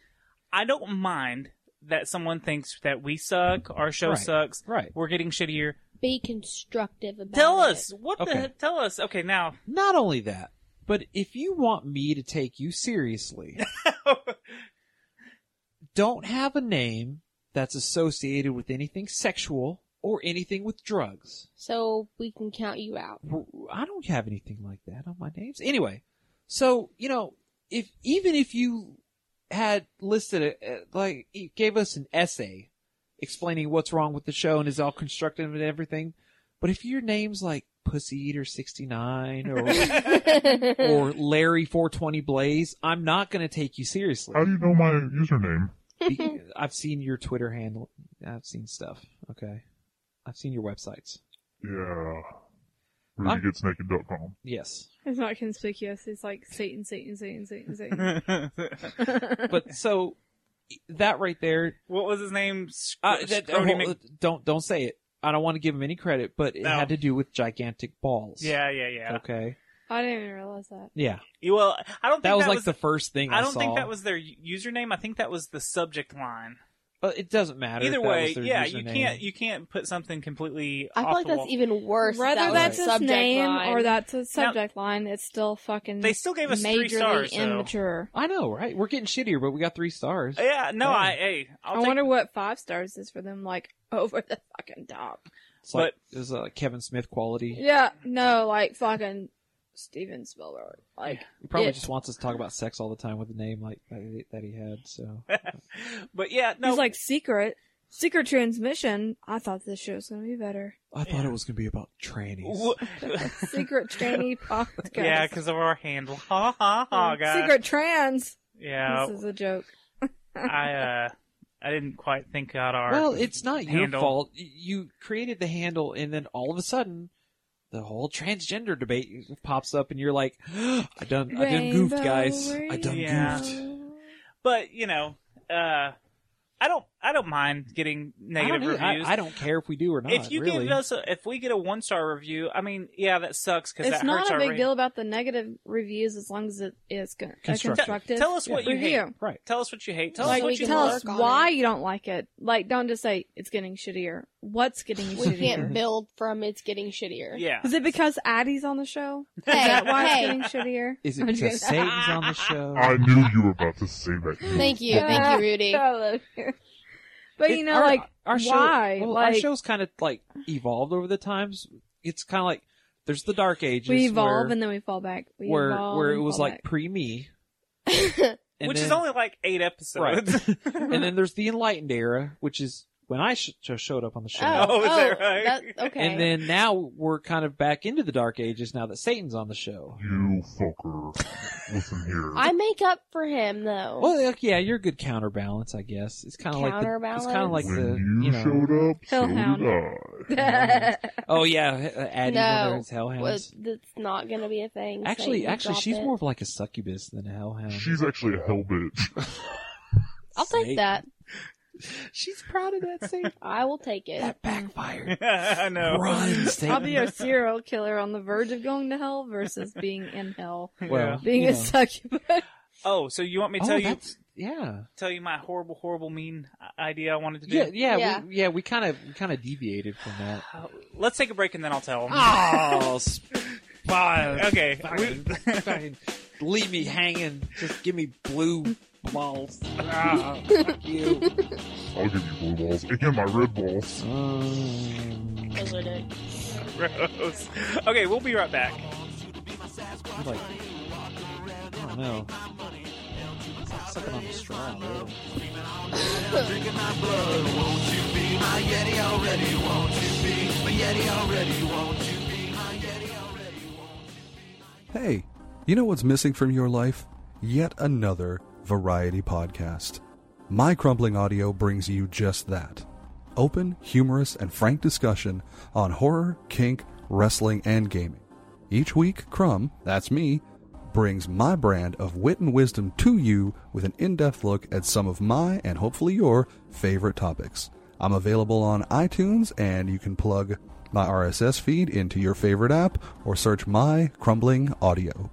[SPEAKER 1] I don't mind that someone thinks that we suck, our show
[SPEAKER 4] Right.
[SPEAKER 1] sucks,
[SPEAKER 4] Right.
[SPEAKER 1] we're getting shittier.
[SPEAKER 6] Be constructive about
[SPEAKER 1] Tell
[SPEAKER 6] it.
[SPEAKER 1] us what
[SPEAKER 4] Okay.
[SPEAKER 1] the tell us. Okay, now
[SPEAKER 4] Not only that, But if you want me to take you seriously, don't have a name that's associated with anything sexual or anything with drugs.
[SPEAKER 6] So we can count you out.
[SPEAKER 4] I don't have anything like that on my names. Anyway, so you know, if even if you had listed it uh, like you gave us an essay explaining what's wrong with the show and is all constructive and everything, but if your name's like Pussy Eater sixty nine or or Larry four twenty Blaze, I'm not going to take you seriously.
[SPEAKER 5] How do you know my username?
[SPEAKER 4] Be- I've seen your Twitter handle. I've seen stuff. Okay, I've seen your websites.
[SPEAKER 5] Yeah.
[SPEAKER 4] Huh?
[SPEAKER 5] RudyGetsNaked.com.
[SPEAKER 4] Yes.
[SPEAKER 7] It's not conspicuous. It's like Satan, Satan, Satan, Satan, Satan.
[SPEAKER 1] what
[SPEAKER 4] But so that right there
[SPEAKER 1] was his name? Sc-
[SPEAKER 4] Uh, that,
[SPEAKER 1] Scrody
[SPEAKER 4] hold-
[SPEAKER 1] Mc-
[SPEAKER 4] don't don't say it. I don't want to give him any credit, but it
[SPEAKER 1] No.
[SPEAKER 4] had to do with gigantic balls.
[SPEAKER 1] yeah, yeah, yeah.
[SPEAKER 4] Okay.
[SPEAKER 7] I didn't even realize that.
[SPEAKER 4] Yeah.
[SPEAKER 1] You- Well, I don't think
[SPEAKER 4] That was like the first thing I,
[SPEAKER 1] I don't
[SPEAKER 4] saw.
[SPEAKER 1] think that was their u- username. I think that was the subject line.
[SPEAKER 4] Uh, it doesn't matter.
[SPEAKER 1] Either
[SPEAKER 4] if that
[SPEAKER 1] way,
[SPEAKER 4] was their
[SPEAKER 1] yeah, you
[SPEAKER 4] username.
[SPEAKER 1] can't you can't put something completely.
[SPEAKER 6] I
[SPEAKER 1] off
[SPEAKER 6] feel like
[SPEAKER 1] the
[SPEAKER 6] that's
[SPEAKER 1] wall.
[SPEAKER 6] even worse. if
[SPEAKER 7] Whether
[SPEAKER 6] that
[SPEAKER 4] was
[SPEAKER 7] that's
[SPEAKER 6] a
[SPEAKER 7] his
[SPEAKER 6] subject
[SPEAKER 7] name
[SPEAKER 6] line.
[SPEAKER 7] or that's a subject line, it's still fucking
[SPEAKER 1] They still gave us three
[SPEAKER 7] majorly
[SPEAKER 1] stars. though.
[SPEAKER 7] immature.
[SPEAKER 4] I know, right? We're getting shittier, but we got three stars.
[SPEAKER 1] Yeah, no,
[SPEAKER 4] Yeah.
[SPEAKER 1] I hey, I'll
[SPEAKER 7] I
[SPEAKER 1] take-
[SPEAKER 7] wonder what five stars is for them, like over the fucking top.
[SPEAKER 4] It's like it was uh, Kevin Smith quality.
[SPEAKER 7] Yeah, no, like fucking Steven Spielberg. Like,
[SPEAKER 4] He probably
[SPEAKER 7] it-
[SPEAKER 4] just wants us to talk about sex all the time with a name like that he, that he had. So
[SPEAKER 1] but yeah, no,
[SPEAKER 7] he's like secret, secret transmission. I thought this shit was gonna be better.
[SPEAKER 4] I thought
[SPEAKER 1] Yeah.
[SPEAKER 4] it was going to be about trannies.
[SPEAKER 1] wh-
[SPEAKER 7] Secret trainee podcast.
[SPEAKER 1] yeah, because of our handle. Ha ha ha, guys.
[SPEAKER 7] secret trans.
[SPEAKER 1] Yeah,
[SPEAKER 7] This is a joke.
[SPEAKER 1] I uh, I didn't quite think out our.
[SPEAKER 4] Well, it's not your
[SPEAKER 1] handle.
[SPEAKER 4] fault. Y- You created the handle, and then all of a sudden, the whole transgender debate pops up, and you're like, "I done, I done goofed,
[SPEAKER 7] Rainbow,
[SPEAKER 4] guys. I done
[SPEAKER 1] Yeah.
[SPEAKER 4] goofed."
[SPEAKER 1] but you know, uh, I don't I don't mind getting negative
[SPEAKER 4] I don't, either.
[SPEAKER 1] reviews.
[SPEAKER 4] I, I don't care if we do or not.
[SPEAKER 1] if you
[SPEAKER 4] really.
[SPEAKER 1] give us a, if we get a one star review, I mean, yeah, that sucks because
[SPEAKER 7] It's
[SPEAKER 1] that
[SPEAKER 7] not
[SPEAKER 1] hurts
[SPEAKER 7] a
[SPEAKER 1] our
[SPEAKER 7] big
[SPEAKER 1] rating.
[SPEAKER 7] deal about the negative reviews as long as it is con- a
[SPEAKER 4] Constructive.
[SPEAKER 7] constructive.
[SPEAKER 1] Tell us what you
[SPEAKER 7] review.
[SPEAKER 1] hate.
[SPEAKER 4] right,
[SPEAKER 1] Tell us what you hate. Tell
[SPEAKER 7] like,
[SPEAKER 1] us what you
[SPEAKER 7] tell
[SPEAKER 1] love.
[SPEAKER 7] us
[SPEAKER 6] work on
[SPEAKER 7] why you don't like it. Like, don't just say it's getting shittier. What's getting
[SPEAKER 6] We
[SPEAKER 7] shittier?
[SPEAKER 6] can't build from it's getting shittier.
[SPEAKER 1] Yeah.
[SPEAKER 7] Is it because Addie's on the show?
[SPEAKER 6] Hey,
[SPEAKER 7] Is that why
[SPEAKER 6] hey.
[SPEAKER 7] it's getting shittier?
[SPEAKER 4] is it
[SPEAKER 7] I'm just
[SPEAKER 4] because
[SPEAKER 7] kidding.
[SPEAKER 4] Satan's on the show?
[SPEAKER 5] I knew you were about to say that.
[SPEAKER 6] Thank you, thank you, Rudy.
[SPEAKER 7] I love you. But you
[SPEAKER 4] It-
[SPEAKER 7] know,
[SPEAKER 4] our-
[SPEAKER 7] like,
[SPEAKER 4] our
[SPEAKER 7] why?
[SPEAKER 4] Show, well,
[SPEAKER 7] like,
[SPEAKER 4] our show's kind of like evolved over the times. It's kind of like there's the Dark Ages.
[SPEAKER 7] we evolve
[SPEAKER 4] where,
[SPEAKER 7] and then we fall back. We
[SPEAKER 4] where
[SPEAKER 7] evolve
[SPEAKER 4] where it
[SPEAKER 7] and
[SPEAKER 4] was
[SPEAKER 7] fall
[SPEAKER 4] like
[SPEAKER 7] back.
[SPEAKER 4] pre me,
[SPEAKER 1] Which is only like eight episodes.
[SPEAKER 4] and then there's the enlightened era, which is when I sh- just showed up on the show.
[SPEAKER 6] Oh,
[SPEAKER 1] Oh, is that
[SPEAKER 6] oh,
[SPEAKER 1] right?
[SPEAKER 6] that- okay.
[SPEAKER 4] And then now we're kind of back into the dark ages now that Satan's on the show.
[SPEAKER 5] You fucker. Listen here.
[SPEAKER 6] I make up for him though.
[SPEAKER 4] Well, like, yeah, you're a good counterbalance, I guess. It's kind of like the, it's kind of like
[SPEAKER 6] Counterbalance?
[SPEAKER 5] when
[SPEAKER 4] the
[SPEAKER 5] you,
[SPEAKER 4] you know.
[SPEAKER 5] showed up, so did
[SPEAKER 7] Hellhound.
[SPEAKER 5] I.
[SPEAKER 4] oh yeah, uh, Addie's one of
[SPEAKER 6] No.
[SPEAKER 4] those hellhounds.
[SPEAKER 6] Was- that's not going to be a thing.
[SPEAKER 4] actually,
[SPEAKER 6] Satan,
[SPEAKER 4] actually,
[SPEAKER 6] drop
[SPEAKER 4] she's
[SPEAKER 6] it.
[SPEAKER 4] more of like a succubus than a hellhound.
[SPEAKER 5] She's actually a hell bitch.
[SPEAKER 6] I'll
[SPEAKER 4] Satan.
[SPEAKER 6] take that.
[SPEAKER 4] She's proud of that Satan.
[SPEAKER 6] I will take it.
[SPEAKER 4] that backfired.
[SPEAKER 1] I know.
[SPEAKER 4] Run, Satan.
[SPEAKER 7] I'll be a serial killer on the verge of going to hell versus being in hell,
[SPEAKER 4] well,
[SPEAKER 7] being
[SPEAKER 4] you
[SPEAKER 7] a
[SPEAKER 4] know.
[SPEAKER 7] succubus.
[SPEAKER 1] Oh, so you want me to
[SPEAKER 4] Oh,
[SPEAKER 1] tell you
[SPEAKER 4] that's- yeah,
[SPEAKER 1] tell you my horrible, horrible, mean idea I wanted to do?
[SPEAKER 4] yeah, yeah,
[SPEAKER 6] Yeah.
[SPEAKER 4] We, yeah. We kind of, we kind of deviated from that.
[SPEAKER 1] Uh, Let's take a break and then I'll tell 'em.
[SPEAKER 4] Oh, spy.
[SPEAKER 1] Okay.
[SPEAKER 4] Fucking- fucking leave me hanging. Just give me blue balls. Ah, fuck you.
[SPEAKER 5] I'll give you blue balls and my red balls.
[SPEAKER 4] Um,
[SPEAKER 6] Those are the-
[SPEAKER 1] Gross. Okay, we'll be right back.
[SPEAKER 4] like, I don't know. It's like sucking on a straw. really.
[SPEAKER 8] Hey, you know what's missing from your life? Yet another variety podcast. My Crumbling Audio brings you just that open, humorous, and frank discussion on horror, kink, wrestling, and gaming. Each week, Crumb, that's me, brings my brand of wit and wisdom to you with an in depth look at some of my and hopefully your favorite topics. I'm available on iTunes, and you can plug my RSS feed into your favorite app or search My Crumbling Audio.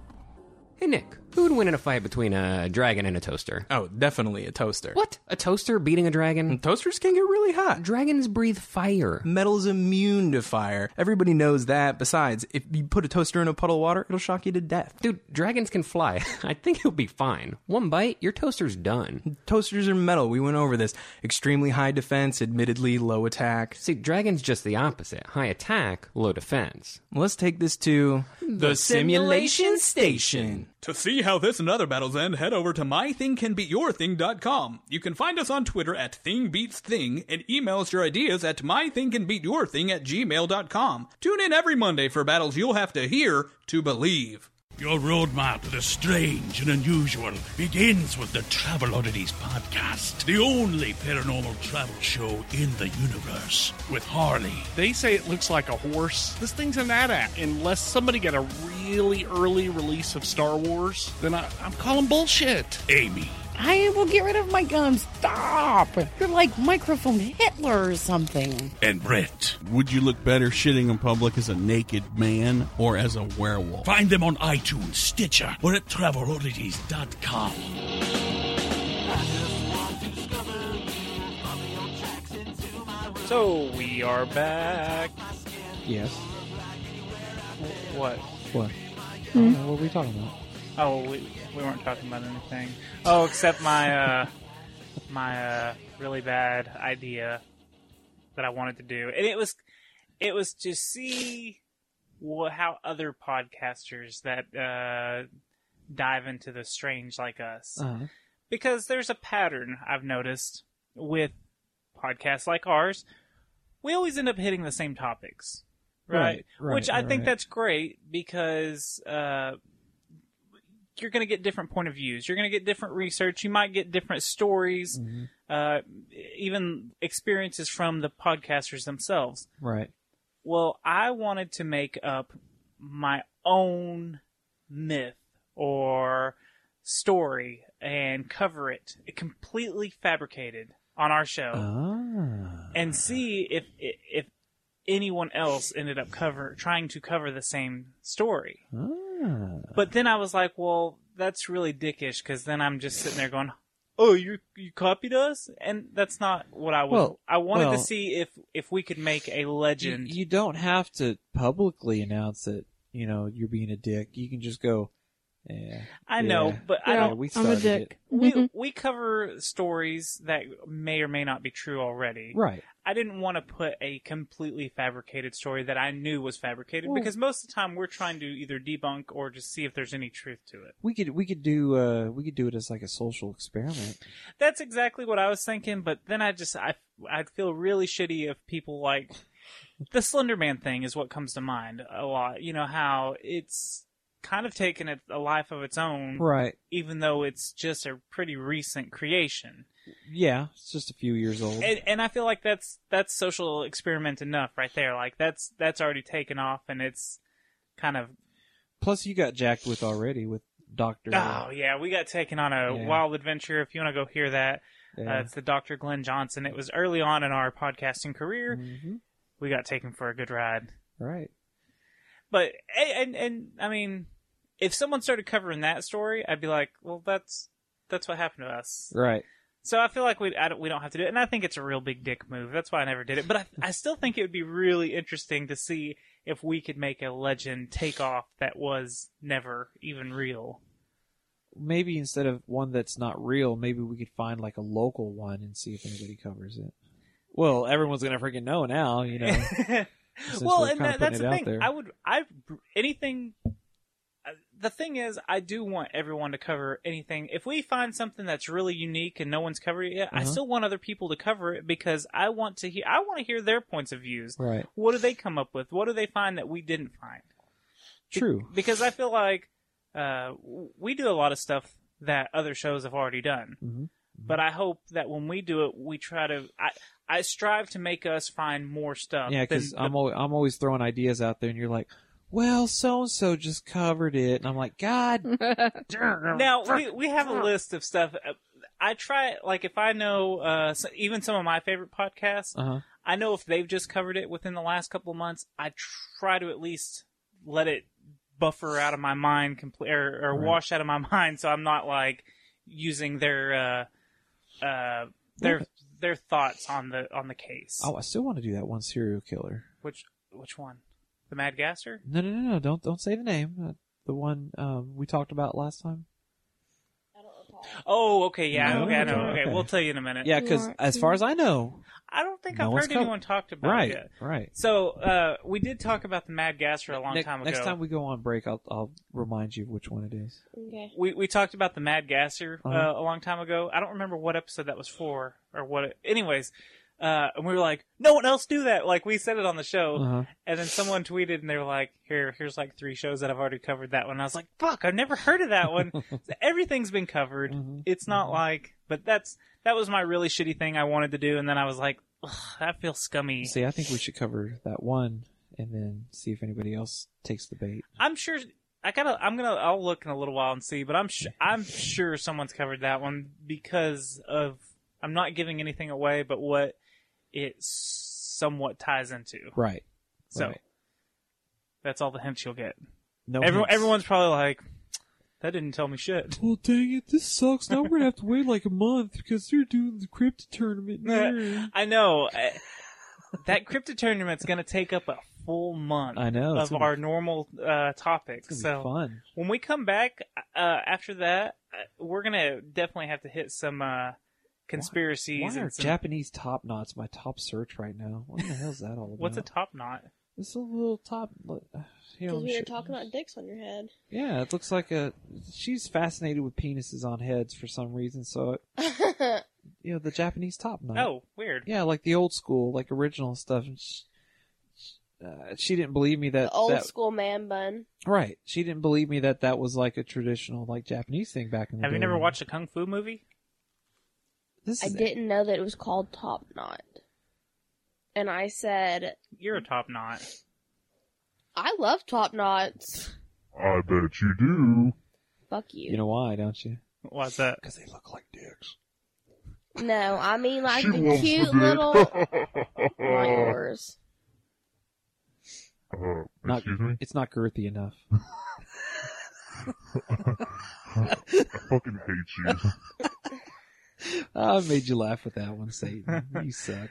[SPEAKER 9] Hey Nick, Who would win in a fight between a dragon and a toaster?
[SPEAKER 10] Oh, definitely a toaster.
[SPEAKER 9] What? A toaster beating a dragon?
[SPEAKER 10] Toasters can get really hot.
[SPEAKER 9] Dragons breathe fire.
[SPEAKER 10] Metal's immune to fire. Everybody knows that. Besides, if you put a toaster in a puddle of water, it'll shock you to death.
[SPEAKER 9] Dude, dragons can fly. I think it'll be fine. One bite, your toaster's done.
[SPEAKER 10] Toasters are metal. We went over this. Extremely high defense, admittedly low attack.
[SPEAKER 9] See, dragons just the opposite. High attack, low defense.
[SPEAKER 10] Let's take this to the simulation station.
[SPEAKER 11] To see how this and other battles end, head over to mythingcanbeatyourthing.com. You can find us on Twitter at thingbeatsthing and email us your ideas at mythingcanbeatyourthing at gmail.com. Tune in every Monday for battles you'll have to hear to believe.
[SPEAKER 12] Your roadmap to the strange and unusual begins with the Travel Oddities podcast, the only paranormal travel show in the universe, with Harley.
[SPEAKER 13] They say it looks like a horse. This thing's an AT-AT. Unless somebody got a really early release of Star Wars, then I, I'm calling bullshit.
[SPEAKER 12] Amy.
[SPEAKER 14] I will get rid of my gums. Stop! You're like microphone Hitler or something.
[SPEAKER 12] And Brett.
[SPEAKER 15] Would you look better shitting in public as a naked man or as a werewolf?
[SPEAKER 12] Find them on iTunes, Stitcher, or at traveloddities.com.
[SPEAKER 1] So we are back.
[SPEAKER 4] Yes.
[SPEAKER 1] What?
[SPEAKER 4] What?
[SPEAKER 7] Hmm?
[SPEAKER 4] Uh, what were we talking about?
[SPEAKER 1] Oh, we, we weren't talking about anything. Oh, except my uh, my uh, really bad idea that I wanted to do, and it was it was to see wha how other podcasters that uh, dive into the strange like us,
[SPEAKER 4] Uh-huh.
[SPEAKER 1] because there's a pattern I've noticed with podcasts like ours. We always end up hitting the same topics, right?
[SPEAKER 4] Right, right,
[SPEAKER 1] Which I think
[SPEAKER 4] right.
[SPEAKER 1] that's great because. Uh, you're going to get different point of views. You're going to get different research. You might get different stories,
[SPEAKER 4] Mm-hmm.
[SPEAKER 1] uh, even experiences from the podcasters themselves.
[SPEAKER 4] Right.
[SPEAKER 1] Well, I wanted to make up my own myth or story and cover it completely fabricated on our show
[SPEAKER 4] Oh. Uh-huh. Ah.
[SPEAKER 1] and see if if anyone else ended up cover trying to cover the same story.
[SPEAKER 4] Ah.
[SPEAKER 1] But then I was like, well, that's really dickish because then I'm just sitting there going, oh, you you copied us, and that's not what I was.
[SPEAKER 4] Well,
[SPEAKER 1] I wanted
[SPEAKER 4] well-
[SPEAKER 1] to see if if we could make a
[SPEAKER 4] You,
[SPEAKER 1] legend.
[SPEAKER 4] you don't have to publicly announce that you know you're being a dick. You can just go. eh. Yeah.
[SPEAKER 1] I know,
[SPEAKER 4] yeah,
[SPEAKER 1] but I
[SPEAKER 4] yeah,
[SPEAKER 1] don't-
[SPEAKER 4] We
[SPEAKER 7] I'm a
[SPEAKER 4] started
[SPEAKER 7] dick.
[SPEAKER 1] we we cover stories that may or may not be true already.
[SPEAKER 4] It. Right.
[SPEAKER 1] I didn't want to put a completely fabricated story that I knew was fabricated
[SPEAKER 4] Well-
[SPEAKER 1] because most of the time we're trying to either debunk or just see if there's any truth to it.
[SPEAKER 4] We could we could do uh we could do it as like a social experiment.
[SPEAKER 1] That's exactly what I was thinking, but then I just I I'd feel really shitty if people like the Slender Man thing is what comes to mind a lot. You know how it's kind of taken a, a life of its own,
[SPEAKER 4] Right.
[SPEAKER 1] even though it's just a pretty recent creation.
[SPEAKER 4] Yeah. It's just a few years old.
[SPEAKER 1] And, and I feel like that's that's social experiment enough right there. Like that's that's already taken off, and it's kind of
[SPEAKER 4] Plus, you got jacked with already with Doctor.
[SPEAKER 1] oh yeah, we got taken on a
[SPEAKER 4] Yeah.
[SPEAKER 1] wild adventure. If you want to go hear that, uh, it's the Dr. Glenn Johnson. It was early on in our podcasting career.
[SPEAKER 4] hmm
[SPEAKER 1] we got taken for a good ride.
[SPEAKER 4] Right.
[SPEAKER 1] But and and, and I mean, if someone started covering that story, I'd be like, well, that's that's what happened to us.
[SPEAKER 4] Right.
[SPEAKER 1] So I feel like we I don't, we don't have to do it, and I think it's a real big dick move. That's why I never did it. But I I still think it would be really interesting to see if we could make a legend take off that was never even real.
[SPEAKER 4] Maybe instead of one that's not real, maybe we could find like a local one and see if anybody covers it. Well, everyone's gonna freaking know now, you know.
[SPEAKER 1] well,
[SPEAKER 4] we're
[SPEAKER 1] and
[SPEAKER 4] kinda
[SPEAKER 1] that, that's
[SPEAKER 4] putting it
[SPEAKER 1] the
[SPEAKER 4] out
[SPEAKER 1] thing.
[SPEAKER 4] there.
[SPEAKER 1] I would, I anything. uh, The thing is, I do want everyone to cover anything. If we find something that's really unique and no one's covered it yet, I
[SPEAKER 4] Uh-huh.
[SPEAKER 1] still want other people to cover it because I want to hear. I want to hear their points of views.
[SPEAKER 4] right.
[SPEAKER 1] What do they come up with? What do they find that we didn't find? Be-
[SPEAKER 4] True.
[SPEAKER 1] Because I feel like uh, w- we do a lot of stuff that other shows have already done
[SPEAKER 4] Mhm.
[SPEAKER 1] but I hope that when we do it, we try to. I I strive to make us find more stuff.
[SPEAKER 4] Yeah,
[SPEAKER 1] than
[SPEAKER 4] because
[SPEAKER 1] the-
[SPEAKER 4] I'm always, I'm always throwing ideas out there, and you're like, "Well, so and so just covered it," and I'm like, "God, Oh,
[SPEAKER 1] now we we have a list of stuff. Uh, I try like if I know uh, s- even some of my favorite podcasts,
[SPEAKER 4] uh-huh.
[SPEAKER 1] I know if they've just covered it within the last couple of months. I try to at least let it buffer out of my mind compl- or, or
[SPEAKER 4] Right.
[SPEAKER 1] wash out of my mind, so I'm not like using their uh, uh, their their thoughts on the on the case.
[SPEAKER 4] Oh, I still want to do that one serial killer.
[SPEAKER 1] Which which one? The Mad Gasser?
[SPEAKER 4] No, no, no, no! Don't don't say the name. Uh, The one um, we talked about last time.
[SPEAKER 1] Oh, okay, yeah,
[SPEAKER 4] No,
[SPEAKER 1] okay, I know.
[SPEAKER 4] okay.
[SPEAKER 1] Okay, we'll tell you in a minute.
[SPEAKER 4] Yeah, because as far as I know,
[SPEAKER 1] I don't think
[SPEAKER 4] no
[SPEAKER 1] I've
[SPEAKER 4] one's
[SPEAKER 1] heard
[SPEAKER 4] covered-
[SPEAKER 1] anyone talked about
[SPEAKER 4] right,
[SPEAKER 1] it. yet.
[SPEAKER 4] Right.
[SPEAKER 1] So uh, we did talk about the Mad Gasser a long
[SPEAKER 4] Ne-
[SPEAKER 1] time ago.
[SPEAKER 4] Next time we go on break, I'll I'll remind you which one it is.
[SPEAKER 1] Okay. We we talked about the Mad Gasser uh,
[SPEAKER 4] Uh-huh.
[SPEAKER 1] a long time ago. I don't remember what episode that was for or what. It, anyways, uh, and we were like, no one else do that. Like we said it on the show,
[SPEAKER 4] Uh-huh.
[SPEAKER 1] and then someone tweeted and they were like, here, here's like three shows that I've already covered that one. I was like, fuck, I've never heard of that one. Everything's been covered.
[SPEAKER 4] Uh-huh. Mm-hmm.
[SPEAKER 1] It's not like, but that's that was my really shitty thing I wanted to do, and then I was like, Ugh, that feels scummy.
[SPEAKER 4] See, I think we should cover that one and then see if anybody else takes the bait.
[SPEAKER 1] I'm sure I gotta. I'm gonna. I'll look in a little while and see. But I'm. Sh- I'm sure someone's covered that one because of. I'm not giving anything away, but what it somewhat ties into.
[SPEAKER 4] Right.
[SPEAKER 1] So
[SPEAKER 4] right.
[SPEAKER 1] that's all the hints you'll get.
[SPEAKER 4] No
[SPEAKER 1] Every-
[SPEAKER 4] hints.
[SPEAKER 1] everyone's probably like, that didn't tell me shit.
[SPEAKER 4] Well, dang it! This sucks. Now we're gonna have to wait like a month because they're doing the crypt tournament. Mm.
[SPEAKER 1] I know. I- that crypto tournament's gonna take up a full month.
[SPEAKER 4] I know, it's
[SPEAKER 1] of
[SPEAKER 4] gonna
[SPEAKER 1] our normal uh, topics.
[SPEAKER 4] It's gonna
[SPEAKER 1] so
[SPEAKER 4] be fun.
[SPEAKER 1] when we come back uh, after that, uh, we're gonna definitely have to hit some uh, conspiracies.
[SPEAKER 4] Why are
[SPEAKER 1] and some-
[SPEAKER 4] Japanese top knots my top search right now? What the hell's that all about?
[SPEAKER 1] What's a top knot?
[SPEAKER 4] It's a little top. uh, You know,
[SPEAKER 6] Because we were
[SPEAKER 4] shit.
[SPEAKER 6] talking about dicks on your head.
[SPEAKER 4] Yeah, it looks like a. She's fascinated with penises on heads for some reason. So, it- you know, the Japanese top knot.
[SPEAKER 1] Oh, weird.
[SPEAKER 4] Yeah, like the old school, like original stuff. And she, uh, she didn't believe me that
[SPEAKER 6] The old
[SPEAKER 4] that-
[SPEAKER 6] school man bun.
[SPEAKER 4] Right. She didn't believe me that that was like a traditional like Japanese thing back in the
[SPEAKER 1] Have
[SPEAKER 4] day.
[SPEAKER 1] you never watched a kung fu movie?
[SPEAKER 6] I didn't know that it was called top knot. And I said,
[SPEAKER 1] You're a top knot.
[SPEAKER 6] I love top knots.
[SPEAKER 5] I bet you do.
[SPEAKER 6] Fuck you.
[SPEAKER 4] You know why, don't you?
[SPEAKER 1] Why's that?
[SPEAKER 4] Because they look like dicks.
[SPEAKER 6] No, I mean like
[SPEAKER 5] She
[SPEAKER 6] the
[SPEAKER 5] wants
[SPEAKER 6] cute
[SPEAKER 5] the
[SPEAKER 6] little. Not
[SPEAKER 5] uh,
[SPEAKER 6] yours.
[SPEAKER 4] Not, It's not girthy enough.
[SPEAKER 5] I fucking hate you.
[SPEAKER 4] I Oh, made you laugh with that one, Satan. You suck.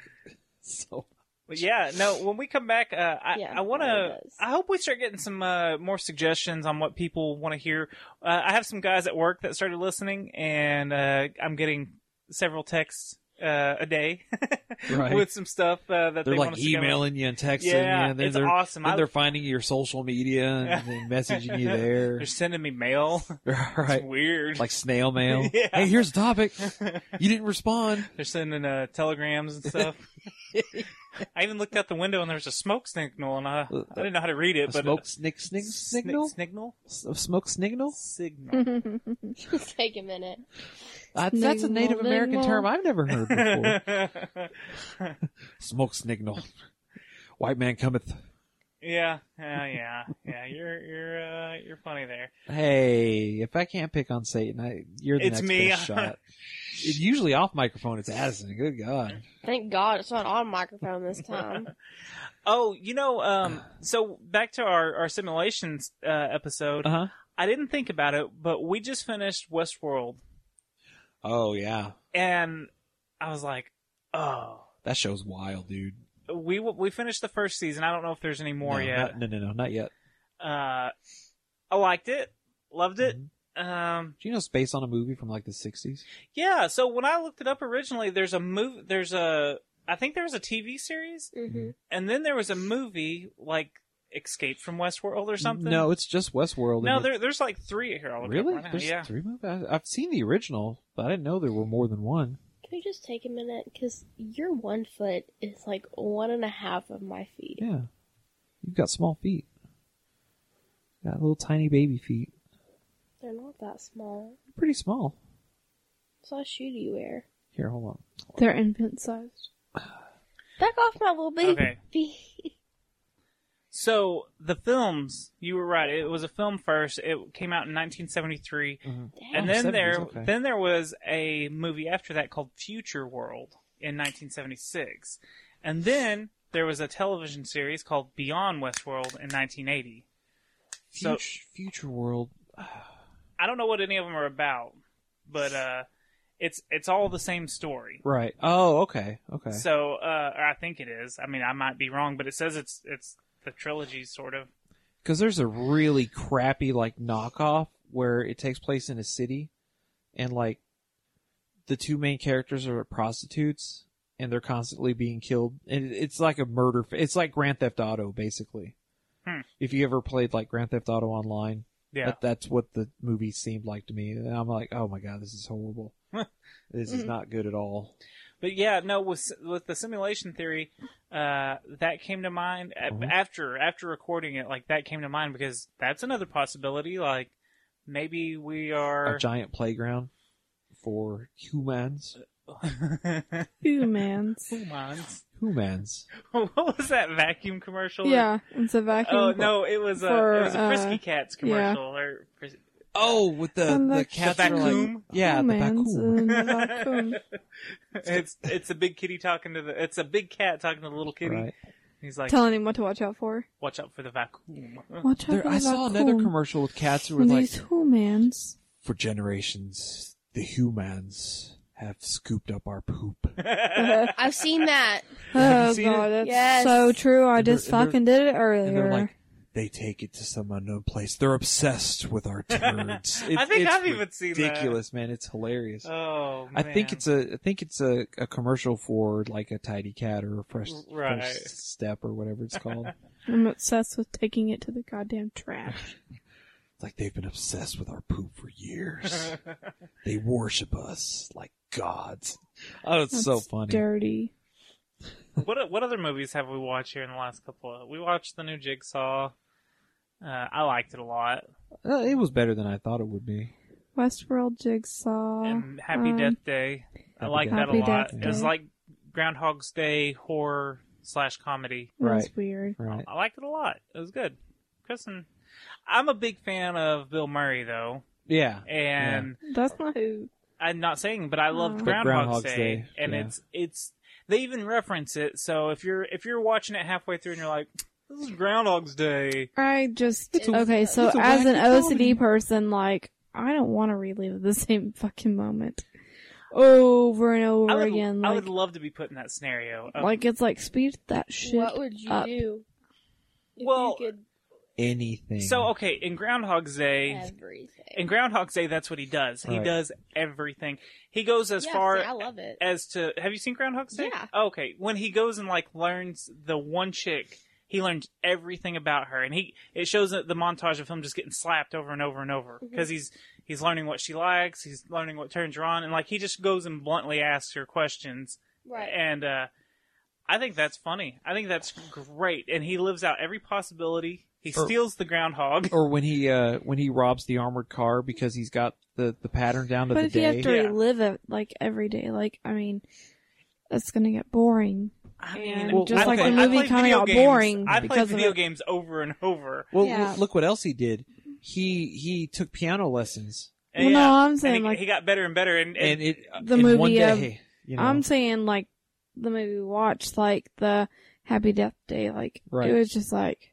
[SPEAKER 4] So
[SPEAKER 1] But yeah, no. When we come back, uh, I, I want to.
[SPEAKER 4] it
[SPEAKER 1] I hope we start getting some uh, more suggestions on what people want to hear. Uh, I have some guys at work that started listening, and uh, I'm getting several texts uh, a day
[SPEAKER 4] Right.
[SPEAKER 1] with some stuff uh, that
[SPEAKER 4] they're
[SPEAKER 1] they want
[SPEAKER 4] like
[SPEAKER 1] us to get on.
[SPEAKER 4] emailing you and texting
[SPEAKER 1] Yeah,
[SPEAKER 4] you. And then
[SPEAKER 1] it's
[SPEAKER 4] they're,
[SPEAKER 1] awesome.
[SPEAKER 4] Then
[SPEAKER 1] I-
[SPEAKER 4] they're finding your social media and, then messaging you there.
[SPEAKER 1] They're sending me mail.
[SPEAKER 4] Right.
[SPEAKER 1] It's weird.
[SPEAKER 4] Like snail mail.
[SPEAKER 1] Yeah.
[SPEAKER 4] Hey, here's the topic. You didn't respond.
[SPEAKER 1] They're sending uh, telegrams and stuff. I even looked out the window and there was a smoke signal, and I, I didn't know how to read it.
[SPEAKER 4] A
[SPEAKER 1] but uh,
[SPEAKER 4] smoke snick, snick, signal?
[SPEAKER 1] Signal?
[SPEAKER 4] smoke signal?
[SPEAKER 1] Signal.
[SPEAKER 6] Take a minute.
[SPEAKER 4] Uh, that's a Native
[SPEAKER 6] Signal,
[SPEAKER 4] American
[SPEAKER 6] signal.
[SPEAKER 4] term I've never heard before. smoke signal. White man cometh.
[SPEAKER 1] Yeah, yeah, yeah, yeah. You're you're uh, you're funny there.
[SPEAKER 4] Hey, if I can't pick on Satan, I, you're the
[SPEAKER 1] It's
[SPEAKER 4] next
[SPEAKER 1] me.
[SPEAKER 4] best shot. It's usually off microphone. It's Addison. Good God.
[SPEAKER 6] Thank God it's not on microphone this time.
[SPEAKER 1] Oh, you know, um, so back to our our simulations uh, episode.
[SPEAKER 4] Uh-huh.
[SPEAKER 1] I didn't think about it, but we just finished Westworld,
[SPEAKER 4] Oh yeah,
[SPEAKER 1] and I was like, oh,
[SPEAKER 4] that show's wild, dude.
[SPEAKER 1] we we finished the first season. I don't know if there's any more
[SPEAKER 4] no,
[SPEAKER 1] yet.
[SPEAKER 4] not- no, no, no, not yet.
[SPEAKER 1] Uh, I liked it, loved it. Um,
[SPEAKER 4] Mm-hmm. Do you know Space on a movie from like the '60s?
[SPEAKER 1] yeah. So when I looked it up originally, there's a movie. There's a I think there was a TV series,
[SPEAKER 6] Mm-hmm.
[SPEAKER 1] and then there was a movie like Escape from Westworld or something.
[SPEAKER 4] No, it's just Westworld.
[SPEAKER 1] no.
[SPEAKER 4] and it-
[SPEAKER 1] There, there's like three here. I'll look it up
[SPEAKER 4] really?
[SPEAKER 1] right now.
[SPEAKER 4] There's
[SPEAKER 1] yeah.
[SPEAKER 4] three movies. I- I've seen the original, but I didn't know there were more than one.
[SPEAKER 6] Can we just take a minute? Because your one foot is like one and a half of my feet.
[SPEAKER 4] Yeah, you've got small feet. Got little tiny baby feet.
[SPEAKER 6] They're not that small.
[SPEAKER 4] Pretty small.
[SPEAKER 6] What size shoe do you wear?
[SPEAKER 4] Here, hold on.
[SPEAKER 7] They're infant sized.
[SPEAKER 6] Back off my little baby
[SPEAKER 1] Okay.
[SPEAKER 6] feet.
[SPEAKER 1] So the films, you were right. It was a film first. It came out in 1973, and
[SPEAKER 4] Oh,
[SPEAKER 1] then
[SPEAKER 4] 70s,
[SPEAKER 1] there,
[SPEAKER 4] okay.
[SPEAKER 1] then there was a movie after that called Future World in 1976, and then there was a television series called Beyond Westworld in 1980. So-
[SPEAKER 4] Future, future world.
[SPEAKER 1] I don't know what any of them are about, but uh, it's it's all the same story.
[SPEAKER 4] Right. Oh, okay. Okay.
[SPEAKER 1] So uh, or I think it is. I mean, I might be wrong, but it says it's it's the trilogy sort of.
[SPEAKER 4] Because there's a really crappy like knockoff where it takes place in a city, and like the two main characters are prostitutes, and they're constantly being killed. And it- it's like a murder. f- It's like Grand Theft Auto, basically.
[SPEAKER 1] Hmm.
[SPEAKER 4] If you ever played like Grand Theft Auto Online,
[SPEAKER 1] Yeah.
[SPEAKER 4] that, that's what the movie seemed like to me. And I'm like, oh my god, this is horrible. this is
[SPEAKER 1] Mhm.
[SPEAKER 4] not good at all.
[SPEAKER 1] But yeah, no, with with the simulation theory, uh, that came to mind a-
[SPEAKER 4] Mm-hmm.
[SPEAKER 1] after after recording it. Like that came to mind because that's another possibility. Like maybe we are
[SPEAKER 4] A giant playground for humans.
[SPEAKER 7] Humans.
[SPEAKER 1] Humans.
[SPEAKER 4] Humans.
[SPEAKER 1] what was that vacuum commercial?
[SPEAKER 7] Yeah, it's a vacuum.
[SPEAKER 1] Oh no, it was a
[SPEAKER 7] for,
[SPEAKER 1] it was a Frisky
[SPEAKER 7] uh,
[SPEAKER 1] Cats
[SPEAKER 7] yeah.
[SPEAKER 1] commercial or Fris-
[SPEAKER 4] Oh, with the
[SPEAKER 7] And
[SPEAKER 4] the
[SPEAKER 7] the
[SPEAKER 4] cats
[SPEAKER 1] vacuum.
[SPEAKER 4] are like,
[SPEAKER 7] Oh,
[SPEAKER 4] yeah, the
[SPEAKER 7] Humans
[SPEAKER 4] vacuum.
[SPEAKER 7] and the vacuum.
[SPEAKER 1] it's it's a big kitty talking to the it's a big cat talking to the little kitty.
[SPEAKER 4] Right.
[SPEAKER 1] He's like,
[SPEAKER 7] Telling him what to watch out for.
[SPEAKER 1] watch out for the vacuum.
[SPEAKER 7] Watch out
[SPEAKER 4] There,
[SPEAKER 7] for
[SPEAKER 4] I
[SPEAKER 7] the
[SPEAKER 4] saw
[SPEAKER 7] vacuum.
[SPEAKER 4] another commercial with cats who were
[SPEAKER 7] And
[SPEAKER 4] like,
[SPEAKER 7] these humans.
[SPEAKER 4] for generations, the humans have scooped up our poop.
[SPEAKER 6] I've seen that.
[SPEAKER 7] Oh
[SPEAKER 4] seen
[SPEAKER 7] god,
[SPEAKER 4] it?
[SPEAKER 7] that's
[SPEAKER 6] Yes.
[SPEAKER 7] so true. I
[SPEAKER 4] And they're-
[SPEAKER 7] just
[SPEAKER 4] and they're-
[SPEAKER 7] fucking did it
[SPEAKER 4] And they're
[SPEAKER 7] earlier.
[SPEAKER 4] like, they take it to some unknown place. They're obsessed with our turds.
[SPEAKER 1] I think
[SPEAKER 4] it's
[SPEAKER 1] I've even seen that.
[SPEAKER 4] Ridiculous, man. It's hilarious.
[SPEAKER 1] Oh,
[SPEAKER 4] I
[SPEAKER 1] man.
[SPEAKER 4] think it's a I think it's a, a commercial for like a tidy cat or a fresh,
[SPEAKER 1] Right.
[SPEAKER 4] fresh step or whatever it's called.
[SPEAKER 7] I'm obsessed with taking it to the goddamn trash.
[SPEAKER 4] It's like they've been obsessed with our poop for years. they worship us like gods. Oh, it's so
[SPEAKER 7] That's
[SPEAKER 4] funny.
[SPEAKER 7] Dirty.
[SPEAKER 1] what what other movies have we watched here in the last couple? of... We watched the new Jigsaw. Uh, I liked it a lot.
[SPEAKER 4] Uh, It was better than I thought it would be.
[SPEAKER 7] Westworld Jigsaw.
[SPEAKER 1] And Happy
[SPEAKER 7] um,
[SPEAKER 1] Death Day. I
[SPEAKER 4] Oh, Happy
[SPEAKER 1] like
[SPEAKER 4] Death
[SPEAKER 1] that a
[SPEAKER 4] Day.
[SPEAKER 1] lot.
[SPEAKER 4] Happy
[SPEAKER 1] It was
[SPEAKER 4] Death
[SPEAKER 1] like Groundhog's Day horror slash comedy.
[SPEAKER 7] It was Right. weird.
[SPEAKER 4] Right.
[SPEAKER 1] I liked it a lot. It was good. Kristen, I'm a big fan of Bill Murray though,
[SPEAKER 4] Yeah.
[SPEAKER 1] and
[SPEAKER 7] That's not who.
[SPEAKER 1] I'm not saying,
[SPEAKER 4] Oh.
[SPEAKER 1] but I loved
[SPEAKER 7] But
[SPEAKER 1] Groundhog's,
[SPEAKER 4] Groundhog's
[SPEAKER 1] Day,
[SPEAKER 4] Day,
[SPEAKER 1] and
[SPEAKER 4] yeah.
[SPEAKER 1] it's it's they even reference it. So if you're if you're watching it halfway through and you're like, this is Groundhog's Day.
[SPEAKER 7] I just
[SPEAKER 1] It's a-
[SPEAKER 7] okay. So
[SPEAKER 1] it's a
[SPEAKER 7] as an
[SPEAKER 1] wacky
[SPEAKER 7] OCD
[SPEAKER 1] comedy.
[SPEAKER 7] person, like I don't want to relive the same fucking moment over and over
[SPEAKER 1] I would,
[SPEAKER 7] again. Like,
[SPEAKER 1] I would um, love to be put in that scenario. of-
[SPEAKER 7] like it's like speed that shit.
[SPEAKER 6] What would you
[SPEAKER 7] up.
[SPEAKER 6] do? If
[SPEAKER 1] Well-
[SPEAKER 6] you could
[SPEAKER 4] Anything.
[SPEAKER 1] So okay, in Groundhog's Day,
[SPEAKER 6] everything.
[SPEAKER 1] in Groundhog's Day, that's what he does. He
[SPEAKER 4] Right.
[SPEAKER 1] does everything. He goes as
[SPEAKER 6] Yeah,
[SPEAKER 1] far
[SPEAKER 6] see, I love it.
[SPEAKER 1] as to. Have you seen Groundhog's Day? Oh,
[SPEAKER 6] Yeah.
[SPEAKER 1] Okay, when he goes and like learns the one chick, he learns everything about her, and he it shows the the montage of him just getting slapped over and over and over
[SPEAKER 6] Mm-hmm.
[SPEAKER 1] because he's he's learning what she likes, he's learning what turns her on, and like he just goes and bluntly asks her questions.
[SPEAKER 6] Right.
[SPEAKER 1] And uh, I think that's funny. I think that's great, and he lives out every possibility. He
[SPEAKER 4] Or-
[SPEAKER 1] steals the groundhog.
[SPEAKER 4] Or when he uh when he robs the armored car because he's got the the pattern down to
[SPEAKER 7] But
[SPEAKER 4] the
[SPEAKER 7] if
[SPEAKER 4] day.
[SPEAKER 7] you have to relive it like every day, like I mean, that's gonna get boring.
[SPEAKER 1] I
[SPEAKER 7] and
[SPEAKER 4] Well,
[SPEAKER 7] just
[SPEAKER 4] I
[SPEAKER 7] like
[SPEAKER 4] play-
[SPEAKER 7] the
[SPEAKER 4] I
[SPEAKER 7] movie
[SPEAKER 1] played
[SPEAKER 7] kind of
[SPEAKER 1] video
[SPEAKER 7] got
[SPEAKER 1] games-
[SPEAKER 7] boring
[SPEAKER 1] I played
[SPEAKER 7] because of
[SPEAKER 1] video
[SPEAKER 7] it.
[SPEAKER 1] games over and over.
[SPEAKER 4] Well,
[SPEAKER 7] Yeah.
[SPEAKER 4] look what else he did. He he took piano lessons,
[SPEAKER 1] And
[SPEAKER 7] Well, no, I'm
[SPEAKER 1] and
[SPEAKER 7] saying,
[SPEAKER 1] he,
[SPEAKER 7] like-
[SPEAKER 1] he got better and better, and, and,
[SPEAKER 4] and it uh,
[SPEAKER 7] The
[SPEAKER 4] in
[SPEAKER 7] movie
[SPEAKER 4] one day.
[SPEAKER 7] of-
[SPEAKER 4] you know,
[SPEAKER 7] I'm saying like the movie we watched, like the Happy Death Day, like
[SPEAKER 4] Right.
[SPEAKER 7] it was just like,